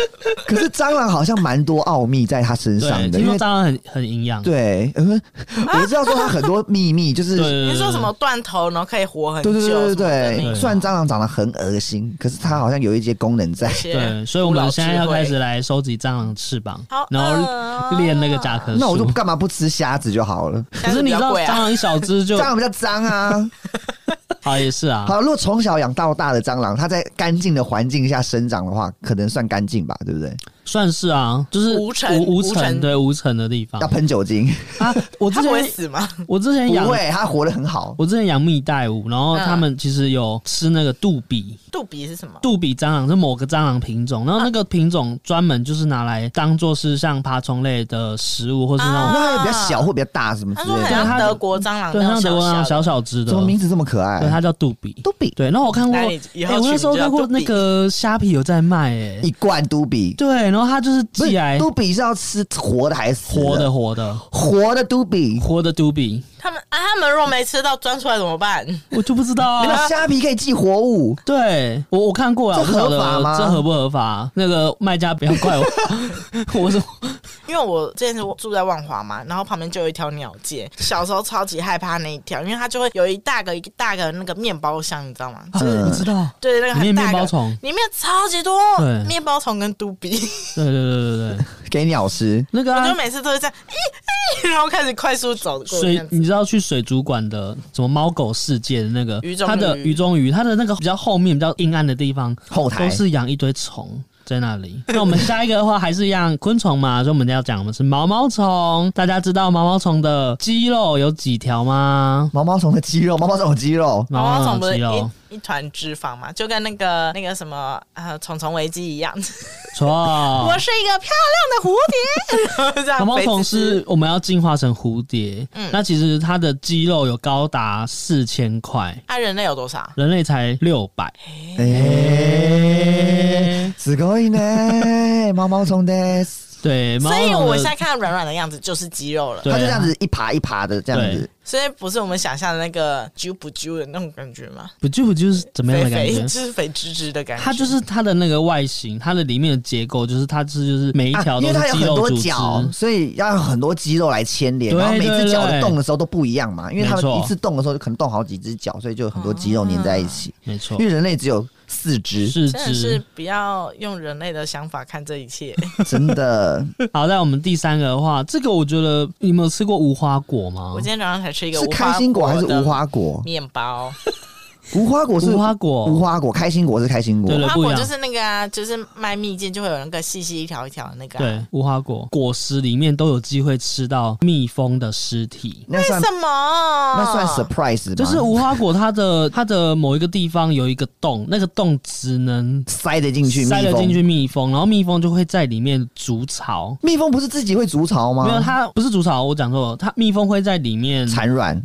Speaker 2: 可是蟑螂好像蛮多奥秘在它身上
Speaker 3: 对，
Speaker 2: 的，
Speaker 3: 听
Speaker 2: 因
Speaker 3: 说
Speaker 2: 为
Speaker 3: 蟑螂很很营养。
Speaker 2: 对，嗯，我知道说它很多秘密，就是
Speaker 3: 对对对
Speaker 1: 你说什么断头，然后可以活很久
Speaker 2: 对对
Speaker 1: 什么的？
Speaker 2: 对对对，
Speaker 3: 嗯对
Speaker 2: 虽然蟑螂长得很恶心，可是它好像有一些功能在。
Speaker 1: 对
Speaker 3: 对，所以我们现在要开始来收集蟑螂翅膀
Speaker 1: 好，
Speaker 3: 然
Speaker 1: 饿
Speaker 3: 后
Speaker 1: 哦
Speaker 3: 练那个甲壳树。
Speaker 2: 呃那我就干嘛不吃虾子就好了？
Speaker 1: 可
Speaker 3: 可是你知道蟑螂一小只就
Speaker 2: 蟑螂比较脏啊。
Speaker 3: 好也是啊，
Speaker 2: 好，如果从小养到大的蟑螂，它在干净的环境下生长的话，可能算干净吧，对不对？
Speaker 3: 算是啊，就是
Speaker 1: 无尘
Speaker 3: 无
Speaker 1: 无尘
Speaker 3: 尘对无尘的地方
Speaker 2: 要喷酒精，
Speaker 3: 啊。我之
Speaker 1: 它不会
Speaker 3: 前
Speaker 1: 死吗？
Speaker 3: 我之前
Speaker 2: 不
Speaker 3: 养
Speaker 2: 会，它活得很好。
Speaker 3: 我之前养蜜袋鼯，然后
Speaker 1: 嗯
Speaker 3: 他们其实有吃那个杜比。
Speaker 1: 杜比是什么？
Speaker 3: 杜比蟑螂是某个蟑螂品种，然后那个品种专门就是拿来当做是像爬虫类的食物，或是那
Speaker 1: 啊
Speaker 3: 种、
Speaker 2: 那它比较小或比较大什么之
Speaker 1: 他说
Speaker 2: 类
Speaker 1: 很
Speaker 2: 的，
Speaker 1: 像
Speaker 3: 它
Speaker 1: 德国蟑螂
Speaker 3: 对，啊
Speaker 1: 那
Speaker 3: 像
Speaker 1: 种
Speaker 3: 德
Speaker 1: 小
Speaker 3: 国
Speaker 1: 小
Speaker 3: 蟑
Speaker 1: 的
Speaker 3: 螂小小只的，
Speaker 2: 怎么名字这么可爱？
Speaker 3: 对，它叫杜比。
Speaker 2: 都比
Speaker 3: 对，然后我看过，
Speaker 1: 那
Speaker 3: 哎
Speaker 1: 你以、后
Speaker 3: 我那时候
Speaker 1: 取名叫
Speaker 3: 看过那个虾皮有在卖、哎，
Speaker 2: 一罐都比，
Speaker 3: 对，然后它就是
Speaker 2: 不
Speaker 3: 寄来
Speaker 2: 是都比是要吃活的还是死
Speaker 3: 活的？活的
Speaker 2: 活的都比。
Speaker 3: 活的杜比，
Speaker 1: 他们啊，他们如果没吃到钻出来怎么办？
Speaker 3: 我就不知道
Speaker 2: 你
Speaker 3: 啊。
Speaker 2: 们虾皮可以寄活物，
Speaker 3: 对我我看过了，啊我
Speaker 2: 这
Speaker 3: 不晓得
Speaker 2: 合法吗
Speaker 3: 这合不合法？那个卖家不要怪我， 我是
Speaker 1: 因为我之前是住在万华嘛，然后旁边就有一条鸟街，小时候超级害怕那一条，因为它就会有一大个一大个那个面包箱，你知道吗？
Speaker 3: 我知道，
Speaker 1: 对，那个
Speaker 3: 啊里面
Speaker 1: 很大个
Speaker 3: 面包，虫，
Speaker 1: 里面超级多
Speaker 3: 对
Speaker 1: 面包虫跟嘟比，
Speaker 3: 对对对对对，
Speaker 2: 给鸟吃。
Speaker 3: 那个、
Speaker 1: 我就
Speaker 3: 啊、
Speaker 1: 每次都会这样，咦咦然后开始快速走过这
Speaker 3: 水
Speaker 1: 样，子。
Speaker 3: 你知道去水族馆的什么猫狗世界的那个
Speaker 1: 鱼中
Speaker 3: 它的
Speaker 1: 鱼
Speaker 3: 鱼中鱼，它的那个比较后面比较阴暗的地方，
Speaker 2: 后台
Speaker 3: 都是养一堆虫。在那里， 那我们下一个的话还是一样昆虫嘛，所以我们要讲我们是毛毛虫。大家知道毛毛虫的肌肉有几条吗？
Speaker 2: 毛毛虫的肌肉，毛毛虫有肌肉，
Speaker 1: 毛毛虫不
Speaker 3: 的
Speaker 1: 是
Speaker 3: 肌肉
Speaker 1: 一一团脂肪嘛，就跟那个那个什么呃虫虫危机一样。
Speaker 3: 错，
Speaker 1: 我是一个漂亮的蝴蝶， 然后这样
Speaker 3: 哦毛毛
Speaker 1: 飞
Speaker 3: 虫
Speaker 1: 滋滋
Speaker 3: 是我们要进化成蝴蝶，
Speaker 1: 嗯
Speaker 3: 那其实它的肌肉有高达四千块，
Speaker 1: 啊，人类有多少？
Speaker 3: 人类才六百。
Speaker 2: 哎，すごい ね，毛毛虫的，
Speaker 3: 对，毛
Speaker 1: 所
Speaker 3: 毛虫
Speaker 1: 以
Speaker 3: 的
Speaker 1: 我现在看到软软的样子就是肌肉了，
Speaker 3: 对啊
Speaker 2: 它就这样子一爬一爬的这样子
Speaker 3: 对。
Speaker 1: 所以不是我们想象的那个揪不揪的那种感觉吗？
Speaker 3: 不就不就是怎么样
Speaker 1: 肥
Speaker 3: 的感
Speaker 1: 肥，
Speaker 3: 觉
Speaker 1: 就？是肥直直的感觉。
Speaker 3: 它就是它的那个外形，它的里面的结构就是它是就是每一
Speaker 1: 啊
Speaker 3: 条
Speaker 2: 啊因
Speaker 3: 都
Speaker 2: 为它
Speaker 3: 是
Speaker 2: 有
Speaker 3: 肌
Speaker 2: 很
Speaker 3: 肉
Speaker 2: 多
Speaker 3: 组织。
Speaker 2: 脚，所以要有很多肌肉来牵连，
Speaker 3: 对
Speaker 2: 然后每
Speaker 3: 对
Speaker 2: 只
Speaker 3: 对
Speaker 2: 脚的动的时候都不一样嘛，因为它
Speaker 3: 没
Speaker 2: 们
Speaker 3: 错
Speaker 2: 一次动的时候就可能动好几只脚，所以就有很多肌肉粘在一起。
Speaker 3: 没错
Speaker 2: 因，为人类只有四只，
Speaker 3: 四
Speaker 1: 真的是
Speaker 3: 肢。
Speaker 1: 不要用人类的想法看这一切。
Speaker 3: 嗯
Speaker 2: 真 的
Speaker 3: 好，在我们第三个的话，这个我觉得你们有吃过无花果吗？
Speaker 1: 我今天早上才吃一个
Speaker 2: 是
Speaker 1: 无花
Speaker 2: 开心果还是
Speaker 1: 的
Speaker 2: 无花果？
Speaker 1: 面包？
Speaker 2: 无花果是
Speaker 3: 无花果
Speaker 2: 无花果开心果是开心果
Speaker 3: 对。
Speaker 1: 无
Speaker 3: 了
Speaker 1: 花
Speaker 3: 不一
Speaker 1: 果
Speaker 3: 样
Speaker 1: 就是那个啊，就是卖蜜饯就会有那个细细一条一条的那个、啊。
Speaker 3: 对，无花果果实里面都有机会吃到蜜蜂的尸体。
Speaker 2: 那
Speaker 1: 为
Speaker 2: 算
Speaker 1: 什么？
Speaker 2: 那算 surprise 吗？
Speaker 3: 就是无花果，它的它的某一个地方有一个洞，那个洞只能
Speaker 2: 塞得进去，
Speaker 3: 塞
Speaker 2: 蜜
Speaker 3: 得进
Speaker 2: 蜂
Speaker 3: 去蜜蜂，然后蜜蜂就会在里面筑巢。
Speaker 2: 蜜蜂不是自己会筑巢吗？
Speaker 3: 没有，啊它不是筑巢，我讲错了，它蜜蜂会在里面
Speaker 2: 产卵，？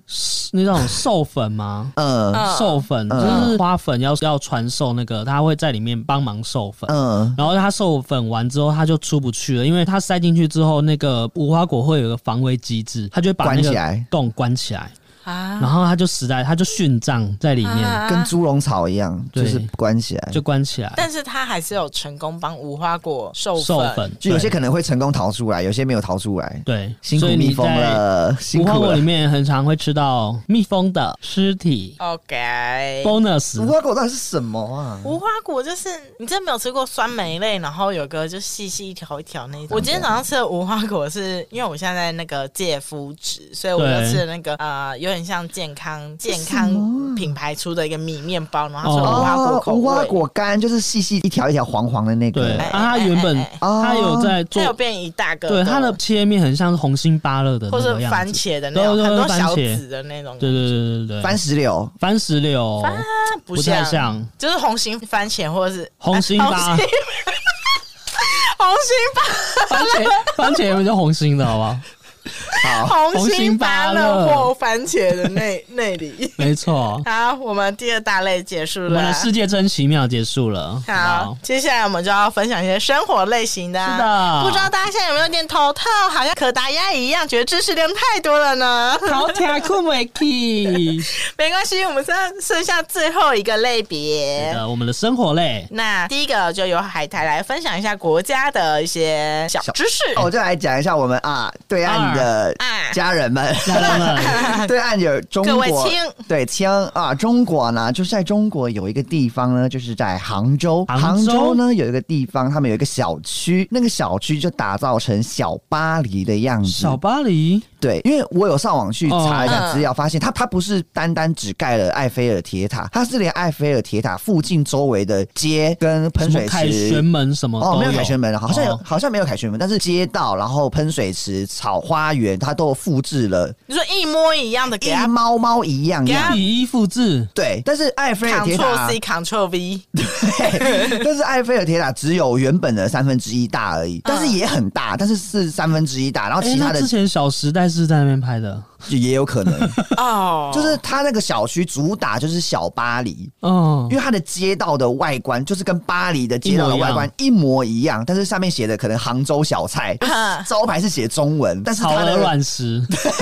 Speaker 3: 那种授粉吗
Speaker 2: 嗯
Speaker 1: 嗯
Speaker 3: 授粉
Speaker 2: 嗯
Speaker 3: 就是花粉要要传授那个，它会在里面帮忙授粉。
Speaker 2: 嗯，
Speaker 3: 然后它授粉完之后，它就出不去了，因为它塞进去之后，那个无花果会有个防卫机制，它就会把那
Speaker 2: 关起
Speaker 3: 个
Speaker 2: 来，
Speaker 3: 洞关起来，
Speaker 1: 啊，
Speaker 3: 然后它就死在，它就殉葬在里面，
Speaker 1: 啊
Speaker 2: 嗯跟猪笼草一样，就
Speaker 3: 对
Speaker 2: 是关起来。
Speaker 3: 就关起来。
Speaker 1: 但是他还是有成功帮无花果授粉。
Speaker 3: 授粉，
Speaker 2: 就有些
Speaker 3: 对
Speaker 2: 可能会成功逃出来，有些没有逃出来。
Speaker 3: 对，
Speaker 2: 辛苦
Speaker 3: 所以
Speaker 2: 蜜
Speaker 3: 你
Speaker 2: 蜂
Speaker 3: 在
Speaker 2: 了，辛
Speaker 3: 无花
Speaker 2: 苦
Speaker 3: 果
Speaker 2: 了
Speaker 3: 里。面很常会吃到蜜蜂的尸体
Speaker 1: OK。
Speaker 2: 无
Speaker 3: bonus。
Speaker 2: 花果到底是什么啊？
Speaker 1: 无花果就是你真没有吃过酸梅类，然后有个就细细一条一条那种。我今天早上吃的无花果是因为我现在在那个戒麸质，所以我就
Speaker 3: 对
Speaker 1: 吃了那个呃有点像健康健康品牌出的一个米面包，然后它是
Speaker 3: 哦
Speaker 1: 无花果口
Speaker 2: 无花
Speaker 1: 味，
Speaker 2: 果干就是细细一条一条黄黄的那
Speaker 3: 对，
Speaker 2: 个。
Speaker 1: 哎
Speaker 3: 啊，它
Speaker 1: 哎
Speaker 3: 原本
Speaker 1: 哎哎
Speaker 2: 哎
Speaker 3: 它有在做
Speaker 1: 它有，变一大个，
Speaker 3: 对它的切面很像是红心芭乐的
Speaker 1: 或
Speaker 3: 那
Speaker 1: 是
Speaker 3: 个样
Speaker 1: 番
Speaker 3: 子。
Speaker 1: 茄的那种
Speaker 3: 对
Speaker 1: 很
Speaker 3: 对
Speaker 1: 多
Speaker 3: 番
Speaker 1: 小
Speaker 3: 茄
Speaker 1: 籽的那种，啊
Speaker 3: 对对对对对，
Speaker 2: 番石榴，
Speaker 3: 番石榴
Speaker 1: 不
Speaker 3: 不太像
Speaker 1: 就是红心番茄或者是
Speaker 3: 红心
Speaker 1: 哎
Speaker 3: 芭
Speaker 1: 红心红心芭
Speaker 3: 番茄，番茄原本就红心的好不好？
Speaker 2: 好，
Speaker 1: 哦红
Speaker 3: 红
Speaker 1: 心
Speaker 3: 心
Speaker 1: 芭
Speaker 3: 芭
Speaker 1: 乐
Speaker 3: 乐
Speaker 1: 或番茄的那 那里。，
Speaker 3: 没错
Speaker 1: 好，我们第二大类结束
Speaker 3: 我们
Speaker 1: 了
Speaker 3: 的。世界真奇妙结束了。
Speaker 1: 啊好，接下来我们就要分享一些生活类型的啊、
Speaker 3: 是的
Speaker 1: 不知道大家现在有没有点头痛，好像可达鸭一样，觉得知识量太多了呢？
Speaker 3: 不好，好甜酷美 key。
Speaker 1: 没关系，我们剩剩下最后一个类别。
Speaker 3: 呃，我们的生活类，
Speaker 1: 那第一个就由海苔来分享一下国家的一些小知识。
Speaker 2: 那我就来讲一下我们啊对岸的
Speaker 1: 啊
Speaker 2: 哦家人们。
Speaker 3: 家人 们，
Speaker 2: 对岸有中
Speaker 1: 各
Speaker 2: 国，
Speaker 1: 位亲
Speaker 2: 对亲啊，中国呢，就是在中国有一个地方呢，就是在杭州，
Speaker 3: 杭州
Speaker 2: 呢有一个地方，他们有一个小区，那个小区就打造成小巴黎的样子。
Speaker 3: 小嗯巴黎，
Speaker 2: 对，因为我有上网去查了一
Speaker 1: 哦
Speaker 2: 下资料，发现它它不是单单只盖了埃菲尔铁塔，它是连埃菲尔铁塔附近周围的街跟喷
Speaker 3: 什么
Speaker 2: 水
Speaker 3: 凯旋
Speaker 2: 池。
Speaker 3: 门什么都
Speaker 2: 哦，没有凯旋门，好像有，
Speaker 3: 哦
Speaker 2: 好像没有凯旋门，但是街道，然后喷水池、草花园，它都复制了
Speaker 1: 你说一模一样的给
Speaker 2: 一
Speaker 1: 他
Speaker 2: 猫猫一样
Speaker 1: 给它
Speaker 2: 样。
Speaker 3: 以一复制，
Speaker 2: 对，但是埃菲尔铁塔
Speaker 1: Ctrl C Ctrl V，
Speaker 2: 对， 但是埃菲尔铁塔只有原本的三分之一大而已，但是也很大，但是是三分之一大，然后
Speaker 3: 哎、
Speaker 2: 哦其他
Speaker 3: 那
Speaker 2: 的
Speaker 3: 之前《小时代》是在那边拍的，
Speaker 2: 也有可能，
Speaker 1: 哦，
Speaker 2: 就是它那个小区主打就是小巴黎。
Speaker 3: 嗯
Speaker 2: 因，为它的街道的外观就是跟巴黎的街道的外观一模一样，但是上面写的可能杭州小菜，
Speaker 1: 啊
Speaker 2: 招牌是写中文，但是
Speaker 3: 潮
Speaker 2: 它
Speaker 3: 鹅
Speaker 2: 的
Speaker 3: 卵石，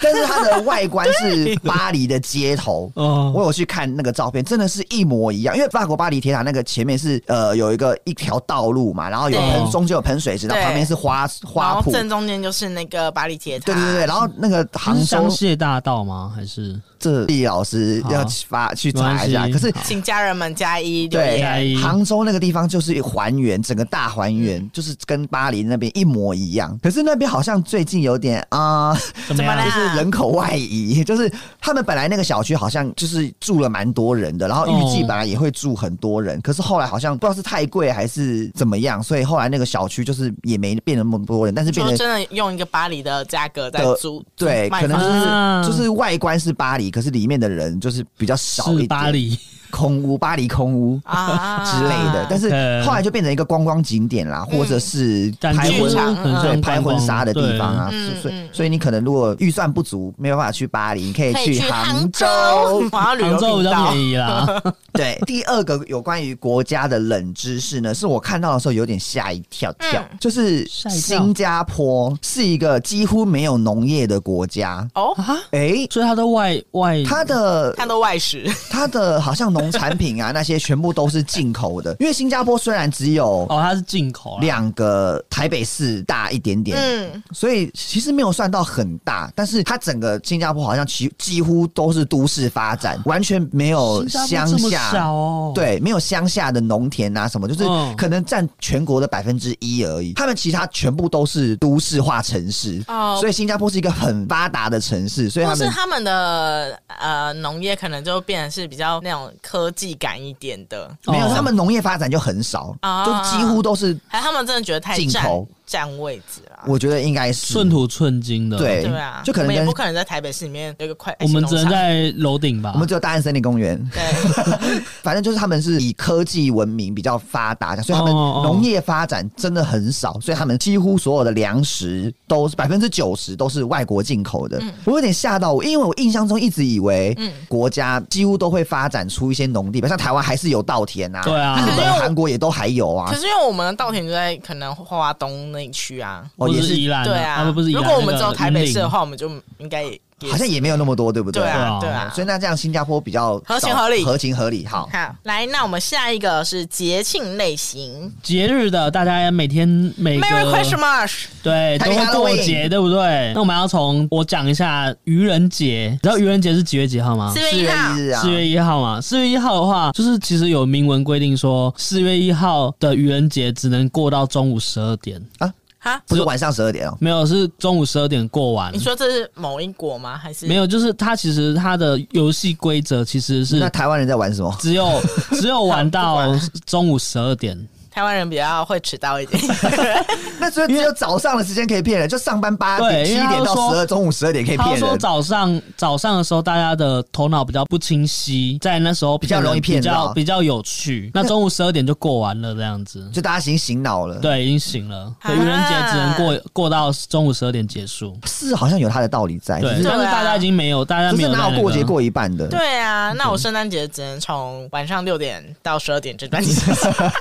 Speaker 2: 但是它的外观是巴黎的街头，
Speaker 3: 哦，
Speaker 2: 我有去看那个照片，真的是一模一样。因为法国巴黎铁塔那个前面是呃有一个一条道路嘛，然后有
Speaker 1: 对
Speaker 2: 喷中间有喷水池，然
Speaker 1: 对
Speaker 2: 后旁边是花
Speaker 1: 然
Speaker 2: 花
Speaker 1: 后
Speaker 2: 圃。
Speaker 1: 正中间就是那个巴黎铁塔，
Speaker 2: 对对对对，然后那个
Speaker 3: 杭
Speaker 2: 杭
Speaker 3: 州
Speaker 2: 州
Speaker 3: 谢大道吗？还是
Speaker 2: 这地老师
Speaker 3: 好
Speaker 2: 要去发去查
Speaker 1: 哦
Speaker 2: 一下，
Speaker 3: 没
Speaker 2: 可
Speaker 3: 关系
Speaker 2: 是
Speaker 1: 请家人们加一留
Speaker 2: 对
Speaker 1: 言。
Speaker 3: 加一
Speaker 2: 杭州那个地方就是还原整个大还原，就是跟巴黎那边一模一样。可是那边好像最近有点啊、
Speaker 3: 怎么
Speaker 1: 怎
Speaker 3: 样
Speaker 1: 么？啦
Speaker 2: 就是人口外移， 就是他们本来那个小区好像就是住了蛮多人的，然后预计
Speaker 3: 嗯
Speaker 2: 本来也会住很多人，可是后来好像不知道是太贵还是怎么样，所以后来那个小区就是也没变得那么多人，但是变
Speaker 1: 就
Speaker 2: 得
Speaker 1: 真的用一个巴黎的价格在
Speaker 2: 的
Speaker 1: 租，
Speaker 2: 对，
Speaker 1: 卖
Speaker 2: 可能
Speaker 1: 房
Speaker 2: 就是、
Speaker 3: 啊
Speaker 2: 就是外观是巴黎，可是里面的人就是比较少一
Speaker 3: 是
Speaker 2: 点，
Speaker 3: 巴黎，
Speaker 2: 空屋，巴黎空屋。
Speaker 1: 啊
Speaker 2: 之类的， 但是
Speaker 3: 对
Speaker 2: 后来就变成一个观光景点啦，或者是
Speaker 3: 感
Speaker 2: 拍
Speaker 3: 觉
Speaker 2: 婚
Speaker 1: 场
Speaker 3: 很
Speaker 1: 嗯
Speaker 2: 对
Speaker 3: 像
Speaker 2: 拍
Speaker 3: 观光
Speaker 2: 婚纱的地方。啊，
Speaker 1: 嗯
Speaker 2: 所
Speaker 1: 嗯
Speaker 2: 以所以你可能如果预算不足，没有办法去巴黎，你可以
Speaker 1: 可以去
Speaker 2: 杭
Speaker 1: 州，我要旅
Speaker 3: 对杭州
Speaker 1: 游
Speaker 3: 比
Speaker 1: 频
Speaker 3: 较
Speaker 1: 道
Speaker 3: 便宜啦，
Speaker 2: 对，第二个有关于国家的冷知识呢，是我看到的时候有点吓一跳跳，
Speaker 1: 嗯
Speaker 2: 就是
Speaker 3: 吓一跳
Speaker 2: 新加坡是一个几乎没有农业的国家，
Speaker 1: 哦，
Speaker 3: 啊，
Speaker 2: 诶，
Speaker 3: 所以它的外外
Speaker 2: 它的
Speaker 1: 看到外食，
Speaker 2: 它的好像农产品啊那些全部都是进口的，因为新加坡虽然只有
Speaker 3: 哦，它是进口啦，
Speaker 2: 两个台北市大一点点，
Speaker 1: 嗯，
Speaker 2: 所以其实没有算到很大，但是它整个新加坡好像几几乎都是都市发展，完全没有
Speaker 3: 新加
Speaker 2: 乡
Speaker 3: 坡这么
Speaker 2: 下
Speaker 3: 小。哦，，
Speaker 2: 对，没有乡下的农田啊什么，就是
Speaker 3: 嗯
Speaker 2: 可能占全国的百分之一而已。他们其他全部都是都市化城市，
Speaker 1: 哦
Speaker 2: 所以新加坡是一个很发达的城市，所以
Speaker 1: 或
Speaker 2: 他
Speaker 1: 是
Speaker 2: 们
Speaker 1: 他们的呃农业可能就变成是比较那种科技感一点的，
Speaker 2: 没有
Speaker 3: 哦
Speaker 2: 他们农业发展就很少，
Speaker 1: 哦
Speaker 2: 就几乎都是，
Speaker 1: 还是他们真的觉得太
Speaker 2: 进
Speaker 1: 占
Speaker 2: 口
Speaker 1: 占位置了。
Speaker 2: 我觉得应该是
Speaker 3: 寸土寸金的，
Speaker 2: 对
Speaker 1: 对啊，
Speaker 2: 就可
Speaker 1: 我
Speaker 2: 能
Speaker 1: 们也
Speaker 2: 跟
Speaker 1: 不可能在台北市里面有一个快，
Speaker 3: 我们只能
Speaker 1: 农场
Speaker 3: 在楼顶吧，
Speaker 2: 我们只有大安森林公园，
Speaker 1: 对，
Speaker 2: 反正就是他们是以科技文明比较发达，所以他们
Speaker 3: 哦哦
Speaker 2: 农业发展真的很少，所以他们几乎所有的粮食都是百分之九十都是外国进口的。我有点吓到我，因为我印象中一直以为
Speaker 1: 嗯
Speaker 2: 国家几乎都会发展出一些农地吧，像台湾还是有稻田啊，
Speaker 3: 对啊
Speaker 2: 日
Speaker 1: 可
Speaker 2: 本
Speaker 1: 是、我
Speaker 2: 韩国也都还有
Speaker 1: 可
Speaker 2: 啊。
Speaker 1: 是因为我们的稻田就在可能华东那一区啊，
Speaker 2: 哦，
Speaker 3: 不
Speaker 2: 也
Speaker 3: 是
Speaker 2: 是
Speaker 3: 宜兰，
Speaker 1: 对
Speaker 3: 啊，不不是宜
Speaker 1: 如
Speaker 3: 兰，
Speaker 1: 果我们
Speaker 3: 那
Speaker 1: 只
Speaker 3: 个
Speaker 1: 有台北
Speaker 3: 云
Speaker 1: 市的
Speaker 3: 林
Speaker 1: 话，我们就应该也也
Speaker 2: 好像也没有那么多，对不对？哦
Speaker 1: 对啊，
Speaker 3: 对啊
Speaker 1: 对啊
Speaker 2: 所。以那这样新加坡比较
Speaker 1: 合情
Speaker 2: 少
Speaker 1: 合理
Speaker 2: 合情合理。好，
Speaker 1: 好，来，那我们下一个是节庆类型
Speaker 3: 节日的，大家每天每个
Speaker 1: ，Merry Christmas，
Speaker 3: 对，都
Speaker 2: Happy
Speaker 3: 会过
Speaker 2: Halloween
Speaker 3: 节，对不对？那我们要从我讲一下愚人节，你知道愚人节是几月几号吗？
Speaker 1: 四
Speaker 2: 四
Speaker 1: 月一
Speaker 2: 月
Speaker 1: 号
Speaker 2: 一，日啊
Speaker 3: 四，月一号嘛，四月一号的话，就是其实有明文规定说，四月一号的愚人节只能过到中午十二点，
Speaker 1: 哈，
Speaker 2: 不是晚上十二点哦。
Speaker 3: 没有是中午十二点过完
Speaker 1: 你。说这是某一国吗？还是
Speaker 3: 没？有，就是它其实它的游戏规则其实
Speaker 2: 那
Speaker 3: 是
Speaker 2: 台湾人在玩什么？
Speaker 3: 只有只有玩到中午十二点，
Speaker 1: 台湾人比较会迟到 一点。
Speaker 2: 那所以只有早上的时间可以骗人，就上班八点、
Speaker 3: 对
Speaker 2: 七
Speaker 3: 因为他
Speaker 2: 点到
Speaker 3: 说
Speaker 2: 十二，中午十二点可以
Speaker 3: 他
Speaker 2: 骗
Speaker 3: 说
Speaker 2: 人。
Speaker 3: 早上早上的时候，大家的头脑比较不清晰，在那时候
Speaker 2: 比较容易骗
Speaker 3: 比较
Speaker 2: 到
Speaker 3: 比较有 趣。那中午十二点就过完了，这样子。
Speaker 2: 就大家已经醒脑了，，
Speaker 3: 对，已经醒了。对，愚人节只能过过到中午十二点结束。
Speaker 2: 是好像有他的道理在，
Speaker 3: 对，
Speaker 2: 只是
Speaker 3: 但是大家已经没有，大家
Speaker 2: 啊只
Speaker 3: 没
Speaker 2: 是
Speaker 3: 有在
Speaker 2: 哪
Speaker 3: 那
Speaker 2: 有过节
Speaker 3: 个
Speaker 2: 过一半的，
Speaker 1: 对啊，那我圣诞节只能从晚上六点到十二点这段时
Speaker 3: 呃
Speaker 1: 间。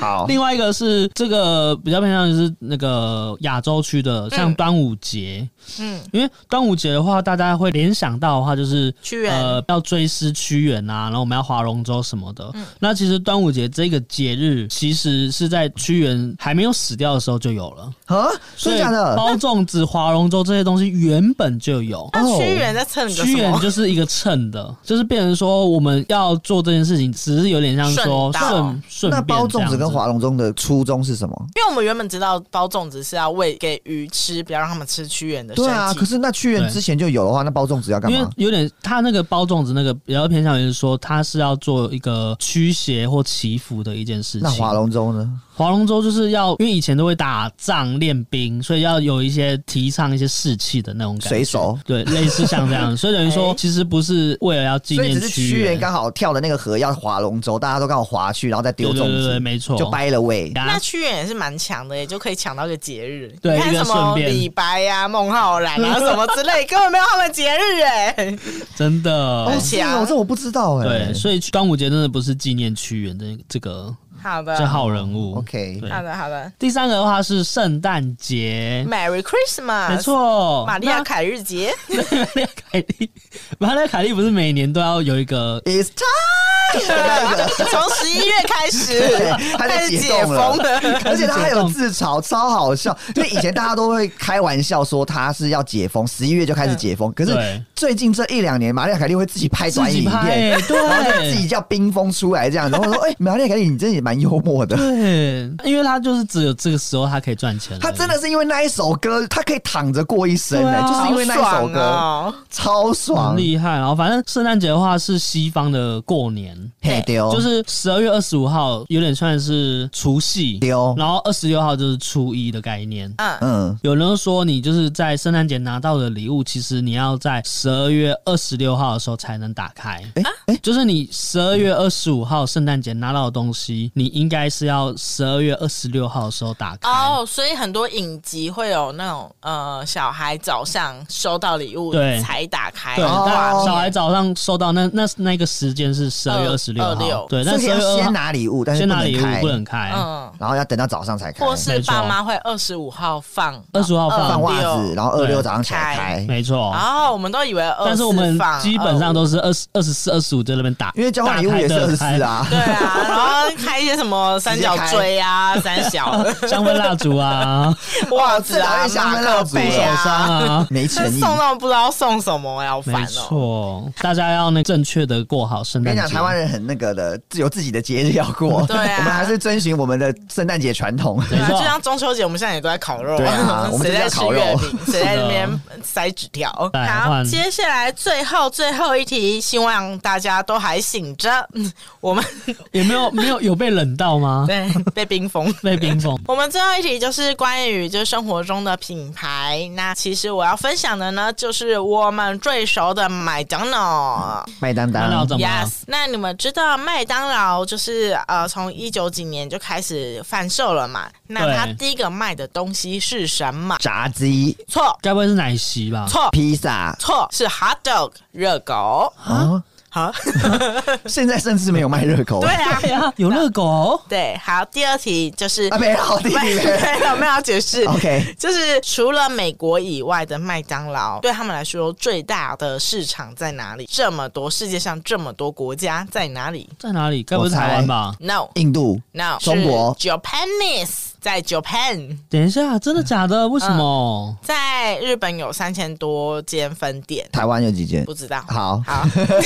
Speaker 2: 好，
Speaker 3: 另外一个是这个比较偏向于是那个亚洲区的，像端午节，
Speaker 1: 嗯，
Speaker 3: 因为端午节的话，大家会联想到的话就是
Speaker 1: 屈原
Speaker 3: 呃，要追思屈原啊，然后我们要划龙舟什么的。
Speaker 1: 嗯
Speaker 3: 那其实端午节这个节日，其实是在屈原还没有死掉的时候就有了，
Speaker 2: 啊，
Speaker 3: 所
Speaker 2: 真
Speaker 3: 以
Speaker 2: 的假的？
Speaker 3: 包粽子、划龙舟这些东西原本就有。
Speaker 2: 哦
Speaker 1: 那屈原在蹭个
Speaker 3: 屈
Speaker 1: 什
Speaker 3: 原
Speaker 1: 么？
Speaker 3: 就是一个蹭的，就是变成说我们要做这件事情，只是有点像
Speaker 1: 顺
Speaker 3: 说
Speaker 1: 道
Speaker 3: 顺顺
Speaker 2: 那
Speaker 3: 便
Speaker 2: 包
Speaker 3: 这
Speaker 2: 粽
Speaker 3: 样
Speaker 2: 子跟
Speaker 3: 子
Speaker 2: 划龙舟的初衷是什么？
Speaker 1: 因为我们原本知道包粽子是要喂给鱼吃，不要让他们吃屈原的身
Speaker 2: 对
Speaker 1: 体。
Speaker 2: 啊，可是那屈原
Speaker 3: 对
Speaker 2: 之前就有的话，那包粽子要干
Speaker 3: 因为
Speaker 2: 嘛？
Speaker 3: 有点，他那个包粽子那个比较偏向于说，他是要做一个驱邪或祈福的一件事情。
Speaker 2: 那划龙舟呢？
Speaker 3: 划龙舟就是要，因为以前都会打仗练兵，所以要有一些提倡一些士气的那种感觉。
Speaker 2: 水手
Speaker 3: 对，类似像这 样，所以等于说，
Speaker 1: 哎
Speaker 3: 其实不是为了要纪
Speaker 2: 所以
Speaker 3: 念
Speaker 2: 只是屈原刚好跳的那个河要划龙舟，大家都刚好划去，然后再丢
Speaker 3: 对对
Speaker 2: 粽
Speaker 3: 对对，
Speaker 2: 子，
Speaker 3: 没错，
Speaker 2: 就掰了喂。
Speaker 3: 然后
Speaker 1: 那屈原也是蛮强的耶，也就可以抢到一个节日。
Speaker 3: 对
Speaker 1: 你看
Speaker 3: 一个
Speaker 1: 什
Speaker 3: 顺
Speaker 1: 么
Speaker 3: 便
Speaker 1: 李白呀、孟浩然啊什么之类，根本没有他们节日哎。
Speaker 3: 真的。
Speaker 1: 很
Speaker 2: 是哦
Speaker 1: 强
Speaker 2: 这我不知道哎、
Speaker 3: 对，所以端午节真的不是纪念屈原这这个
Speaker 1: 好的，
Speaker 3: 这号人物。
Speaker 2: 哦 OK
Speaker 3: 对
Speaker 1: 好的，好的。
Speaker 3: 第三个的话是圣诞节，
Speaker 1: Merry Christmas，
Speaker 3: 没，错，
Speaker 1: 玛利亚
Speaker 3: 那
Speaker 1: 凯日节。
Speaker 3: 玛丽亚凯莉，玛丽亚凯莉不是每年都要有一个
Speaker 2: i t s time
Speaker 1: 从十一月开始
Speaker 2: 对，他就
Speaker 1: 开始
Speaker 2: 解
Speaker 1: 解
Speaker 2: 冻了
Speaker 1: 封了。
Speaker 2: 而且他还有自嘲，超好 笑。因为以前大家都会开玩笑说他是要解封，十一月就开始解封。可
Speaker 3: 对
Speaker 2: 是最近这一两年，玛丽亚凯莉会自己拍
Speaker 3: 自
Speaker 2: 短
Speaker 3: 己
Speaker 2: 影
Speaker 3: 拍、
Speaker 2: 片，
Speaker 3: 欸，
Speaker 2: 然后就自己
Speaker 3: 对。
Speaker 2: 叫冰封出来这样。然后 我说：“哎、玛丽亚凯莉，你真的也蛮幽默的。
Speaker 3: 对，因为他就是只有这个时候他可以赚钱而已，
Speaker 2: 他真的是因为那一首歌，他可以躺着过一生
Speaker 3: 对
Speaker 2: 哎、
Speaker 3: 啊嗯
Speaker 2: 就是因为那一首歌，
Speaker 1: 好爽哦
Speaker 2: 超爽
Speaker 3: 很，厉害。然后反正圣诞节的话是西方的过年，
Speaker 2: 嘿丢，
Speaker 3: 就是十二月二十五号有点算是除夕，
Speaker 2: 丢，
Speaker 3: 然后二十六号就是初一的概念。
Speaker 1: 嗯，
Speaker 2: 嗯，
Speaker 3: 有人说你就是在圣诞节拿到的礼物，其实你要在十二月二十六号的时候才能打开。
Speaker 2: 哎、哎、
Speaker 3: 就是你十二月二十五号圣诞节拿到的东西，你应该是要十二月二十六号的时候打开。
Speaker 1: 哦，所以很多影集会有那种呃，小孩早上收到礼物
Speaker 3: 对
Speaker 1: 才打开，
Speaker 3: 对，
Speaker 2: 哦
Speaker 3: 但小孩早上收到那那那个时间是十
Speaker 1: 嗯
Speaker 3: 二月二十六号
Speaker 1: 26，
Speaker 3: 对，那
Speaker 2: 所以
Speaker 3: 十二
Speaker 2: 要
Speaker 3: 月二
Speaker 2: 先拿礼物，但是
Speaker 3: 先
Speaker 2: 不
Speaker 3: 拿
Speaker 2: 能
Speaker 3: 礼物
Speaker 2: 开，
Speaker 3: 不能开，
Speaker 1: 嗯，
Speaker 2: 然后要等到早上才开，
Speaker 1: 或是
Speaker 3: 没错
Speaker 1: 爸妈会二十五号放，
Speaker 3: 25号放
Speaker 2: 放袜子，
Speaker 1: 然
Speaker 2: 然后二六
Speaker 3: 对
Speaker 2: 早上起来开，
Speaker 3: 没错。
Speaker 1: 后我们都以为24
Speaker 3: 哦但是我们
Speaker 1: 放呃
Speaker 3: 基本上
Speaker 1: 25
Speaker 3: 都是二十二十四、二十五在那边打，
Speaker 2: 因为交换礼物也是
Speaker 3: 打开
Speaker 2: 二
Speaker 3: 的
Speaker 2: 十四，啊。
Speaker 1: 对啊，然后开一些什么三角锥 啊、三小
Speaker 3: 开香氛蜡烛啊，
Speaker 1: 袜子啊、
Speaker 2: 哦这哪
Speaker 1: 马
Speaker 2: 会想
Speaker 1: 克
Speaker 2: 到
Speaker 1: 杯
Speaker 3: 手
Speaker 1: 啊嗯
Speaker 3: 伤，啊，
Speaker 2: 没
Speaker 1: 这
Speaker 2: 诚意。
Speaker 1: 送到不知道送什么呀，好 烦
Speaker 3: 没
Speaker 1: 哦。
Speaker 3: 错，大家要那正确的过好圣
Speaker 2: 跟
Speaker 3: 诞
Speaker 2: 你
Speaker 3: 节
Speaker 2: 讲，。台湾人很那个的，自有自己的节日要过。
Speaker 1: 对啊
Speaker 2: 我们还是遵循我们的圣诞节传统。
Speaker 1: 对啊
Speaker 3: 没错
Speaker 1: 就像中秋节，我们现在也都在烤肉，
Speaker 2: 对 啊我们
Speaker 1: 谁
Speaker 2: 就
Speaker 1: 在
Speaker 2: 是要
Speaker 1: 吃
Speaker 2: 烤肉
Speaker 1: 月 饼，谁在那边塞纸条。
Speaker 3: 来
Speaker 1: 好，
Speaker 3: 换
Speaker 1: 接下来最后最后一题，希望大家都还醒着。嗯我们
Speaker 3: 也没有没有有被冷到 吗？
Speaker 1: 对被冰封，
Speaker 3: 被冰封。
Speaker 2: 嗯
Speaker 1: 我们最后一题就是关于就是生活中的品牌。那其实我要分享的呢，就是我们最熟的麦当劳。
Speaker 2: 麦当
Speaker 3: 麦当劳
Speaker 2: 当，
Speaker 3: 怎么了
Speaker 1: Yes，那你们知道麦当劳就是呃，从一九几年就开始贩售了嘛？那
Speaker 3: 对
Speaker 1: 它第一个卖的东西是什么？
Speaker 2: 炸鸡、
Speaker 1: 错
Speaker 3: 该不会是奶昔吧？
Speaker 1: 错
Speaker 2: 披萨
Speaker 1: 错，是 hot dog 热狗。
Speaker 2: 啊，
Speaker 1: 好，
Speaker 2: 现在甚至没有卖热狗
Speaker 1: 对啊，
Speaker 3: 对啊，有热狗，
Speaker 1: 对，好，第二题就是
Speaker 2: 啊，没有好弟 弟
Speaker 1: 没有
Speaker 2: 没
Speaker 1: 没有没有要解释
Speaker 2: 有。OK，
Speaker 1: 就是除了美国以外的麦当劳，对他们来说最大的市场在哪里？这么多世界上这么多国家在哪里
Speaker 3: 在哪里？该不会是台湾吧？
Speaker 1: ？No
Speaker 2: 印度
Speaker 1: No，
Speaker 2: 中国
Speaker 1: Japanese 在 Japan，
Speaker 3: 等一下，真的假的？为什么？
Speaker 1: 嗯在日本有三千多间分店。
Speaker 2: 台湾有几间
Speaker 1: 不？知道，
Speaker 2: 好
Speaker 1: 好，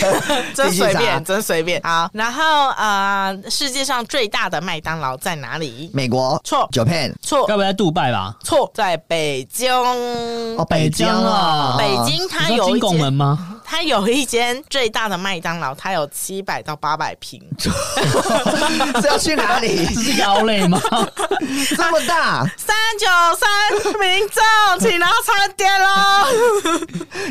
Speaker 1: 真
Speaker 2: 继续
Speaker 1: 随
Speaker 2: 查
Speaker 1: 便，真随便。好，然后呃，世界上最大的麦当劳在哪里？
Speaker 2: 美国
Speaker 1: 错
Speaker 2: ，Japan
Speaker 1: 错
Speaker 3: 该不会在杜拜吧？
Speaker 1: 错，在北京。
Speaker 2: 哦，北京啊，
Speaker 3: 北
Speaker 1: 北京它啊
Speaker 3: 你
Speaker 1: 有
Speaker 3: 说
Speaker 1: 一
Speaker 3: 金拱
Speaker 1: 间
Speaker 3: 门吗？
Speaker 1: 它有一间最大的麦当劳，它有七百到八百平，
Speaker 2: 这要去 哪里？
Speaker 3: 这是一个奥类 吗？
Speaker 2: 这么大，
Speaker 1: 三九三民众，请拿餐点 喽。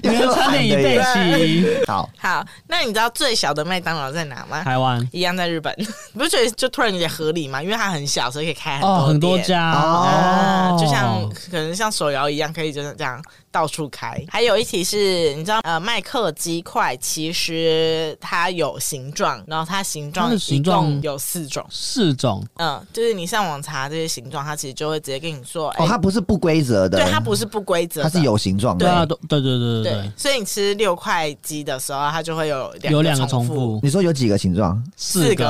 Speaker 3: 你们差点一
Speaker 2: 有没
Speaker 3: 倍
Speaker 2: 有喊的耶
Speaker 3: 起。
Speaker 2: 好，
Speaker 1: 好，那你知道最小的麦当劳在哪吗？
Speaker 3: 台湾
Speaker 1: 一样在日本， 你不觉得就突然有点合理吗？因为它很小，所以可以开很多、
Speaker 3: 哦，很多。家
Speaker 2: 哦
Speaker 1: 啊，就像可能像手摇一样，可以就是这样到处开。还有一题是，你知道呃，麦克鸡块其实它有形状，然后它形
Speaker 3: 它
Speaker 1: 状
Speaker 3: 的
Speaker 1: 一
Speaker 3: 形状
Speaker 1: 共有四种。
Speaker 3: 四种
Speaker 1: 嗯，就是你上网查这些形状，它其实就会直接跟你说，哎、
Speaker 2: 哦，它不是不规则的，
Speaker 1: 对，它不是不规则的，
Speaker 2: 它是有形状
Speaker 3: 对啊，
Speaker 2: 的。
Speaker 3: 都对对对对
Speaker 1: 对
Speaker 3: 对，，
Speaker 1: 所以你吃六块鸡的时候，它就会有
Speaker 3: 有两个
Speaker 1: 重
Speaker 3: 重复，，
Speaker 2: 你说有几个 形状？
Speaker 1: 四个。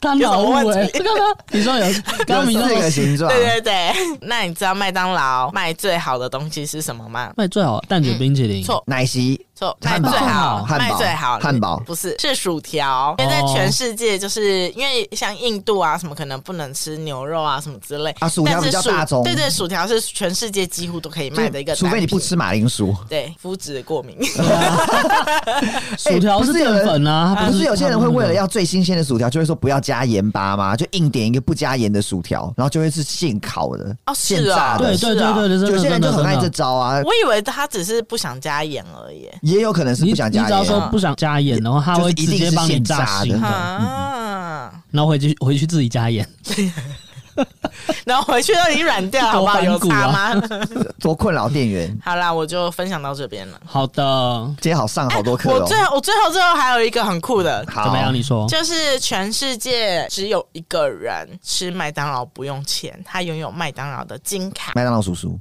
Speaker 3: 他
Speaker 1: 有什
Speaker 3: 脑
Speaker 1: 么
Speaker 3: 雾
Speaker 1: 问
Speaker 3: 哎，
Speaker 1: 题
Speaker 3: 刚刚 你说有，刚
Speaker 2: 有
Speaker 3: 刚你
Speaker 2: 四个
Speaker 3: 说
Speaker 2: 形状。
Speaker 1: 对对对，那你知道麦当劳卖最好的东西是什么吗？
Speaker 3: 卖最好蛋卷冰淇淋，
Speaker 1: 错
Speaker 2: 奶昔
Speaker 1: 错，卖
Speaker 2: 汉
Speaker 1: 最
Speaker 2: 堡
Speaker 1: 好，
Speaker 2: 汉堡
Speaker 1: 卖最好，
Speaker 2: 汉堡
Speaker 1: 不是是薯条，因为在全世界，就是因为像印度啊什么可能不能吃牛肉啊什么之类，
Speaker 2: 啊薯条
Speaker 1: 但是
Speaker 2: 比较
Speaker 1: 薯
Speaker 2: 大众
Speaker 1: 对对，薯条是全世界几乎都可以卖的一个，
Speaker 2: 除非你不。吃马 铃薯。
Speaker 1: 对，麸质过 敏，
Speaker 3: 薯条
Speaker 2: 哎不
Speaker 3: 是
Speaker 2: 是有
Speaker 3: 淀
Speaker 2: 人
Speaker 3: 粉啊，它
Speaker 2: 不是有些人会
Speaker 1: 嗯
Speaker 2: 为了
Speaker 3: 要
Speaker 2: 要最新鲜的薯条，就会说不要加盐巴吗？就硬点一个不加盐的薯条，然后就会是现烤的、
Speaker 1: 哦是
Speaker 2: 现
Speaker 1: 哦
Speaker 2: 炸的
Speaker 3: 对。
Speaker 1: 是
Speaker 3: 对对
Speaker 1: 啊
Speaker 3: 对对，真的
Speaker 2: 有些人
Speaker 3: 真的
Speaker 2: 就很爱
Speaker 3: 真
Speaker 2: 这
Speaker 3: 的
Speaker 2: 招啊，
Speaker 1: 我以为他只是不想加盐而已。
Speaker 2: 也有可能是
Speaker 3: 你
Speaker 2: 不
Speaker 3: 你
Speaker 2: 想
Speaker 3: 只
Speaker 2: 加
Speaker 3: 要说
Speaker 2: 盐。啊
Speaker 1: 盐
Speaker 3: 不想加盐的话，他
Speaker 2: 就是
Speaker 3: 会
Speaker 2: 一
Speaker 3: 直
Speaker 2: 定
Speaker 3: 接
Speaker 2: 是
Speaker 3: 帮你
Speaker 2: 现
Speaker 3: 炸
Speaker 2: 炸
Speaker 3: 醒
Speaker 2: 的，
Speaker 1: 嗯啊，
Speaker 3: 然后回去回去自己加盐。
Speaker 1: 然后回去都已经软掉了，好不 好？
Speaker 3: 多
Speaker 1: 有
Speaker 3: 反骨啊
Speaker 1: 差吗？
Speaker 2: 多困扰店员，
Speaker 1: 好啦，我就分享到这边了。
Speaker 3: 好的，
Speaker 2: 今天好上好多课
Speaker 1: 哎我
Speaker 2: 哦。
Speaker 1: 最后，我最后最后还有一个很酷的，
Speaker 2: 好
Speaker 3: 怎么样？你说
Speaker 1: 就是全世界只有一个人吃麦当劳不用钱，他拥有麦当劳的金卡。
Speaker 2: 麦当劳 叔叔，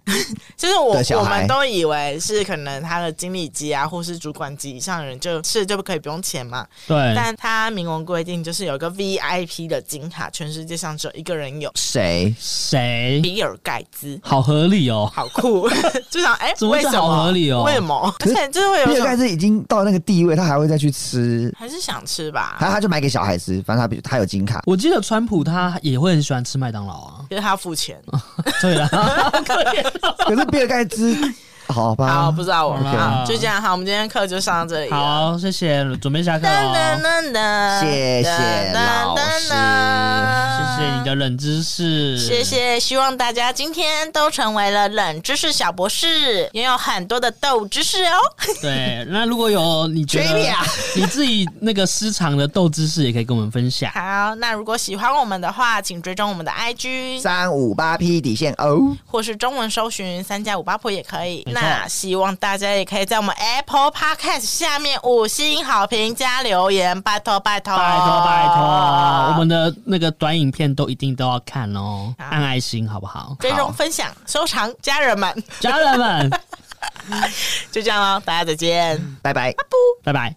Speaker 1: 就是我
Speaker 2: 的小
Speaker 1: 我
Speaker 2: 孩
Speaker 1: 们都以为是可能他的经理级啊，或是主管级以上的人就是就可以不用钱嘛。
Speaker 3: 对，
Speaker 1: 但他明文规定，就是有一个 VIP 的金卡，全世界上只有一个人有。
Speaker 2: 谁？
Speaker 3: 谁
Speaker 1: 比尔盖茨。
Speaker 3: 好合理哦？
Speaker 1: 好 酷，就想哎，
Speaker 3: 怎么
Speaker 1: 为
Speaker 3: 会
Speaker 1: 什
Speaker 3: 这好
Speaker 1: 么？
Speaker 3: 合理哦
Speaker 1: 为什么？而
Speaker 2: 是
Speaker 1: 且就是会有
Speaker 2: 比
Speaker 1: 一
Speaker 2: 尔盖
Speaker 1: 种
Speaker 2: 茨已经到那个地位，他还会再去吃，
Speaker 1: 还是想吃吧，
Speaker 3: 啊
Speaker 2: 他他就买给小孩吃，反正他比他有金卡。
Speaker 3: 我记得川普他也会很喜欢吃麦当劳 啊。
Speaker 1: 就是他要付钱。
Speaker 3: 对啊
Speaker 1: 啊
Speaker 3: 啦，
Speaker 2: 可是比尔盖茨，好吧，
Speaker 1: 好，不知道我们
Speaker 2: OK
Speaker 1: 啊，就这样。好，我们今天课就上到这里了。
Speaker 3: 好，哦谢谢，准备下课
Speaker 1: 噔
Speaker 3: 哦。
Speaker 1: 噔噔，
Speaker 2: 谢谢
Speaker 1: 噔
Speaker 2: 老师
Speaker 3: 谢谢你的冷知识，
Speaker 1: 谢。谢，希望大家今天都成为了冷知识小博士，也有很多的豆知识哦。
Speaker 3: 对，那如果有你觉得
Speaker 1: 缺一啊
Speaker 3: 你自己那个私藏的豆知识，也可以跟我们分享。
Speaker 1: 好，那如果喜欢我们的话，请追踪我们的 IG，
Speaker 3: 啊
Speaker 2: 三五八 P 底线哦，
Speaker 1: 或是中文搜寻“三加五八婆”也可以。
Speaker 3: 没错
Speaker 1: 那希望大家也可以在我们 Apple Podcast 下面五星好评加留言，拜托拜托
Speaker 3: 拜托拜托，我们的那个短影片都一定都要看哦，
Speaker 1: 好
Speaker 3: 按爱心好不好？
Speaker 1: 追踪、
Speaker 2: 好
Speaker 1: 分享、收藏，家人们
Speaker 3: 家人们，
Speaker 1: 就这样喽，大家再见。
Speaker 2: 拜拜。
Speaker 3: 拜拜。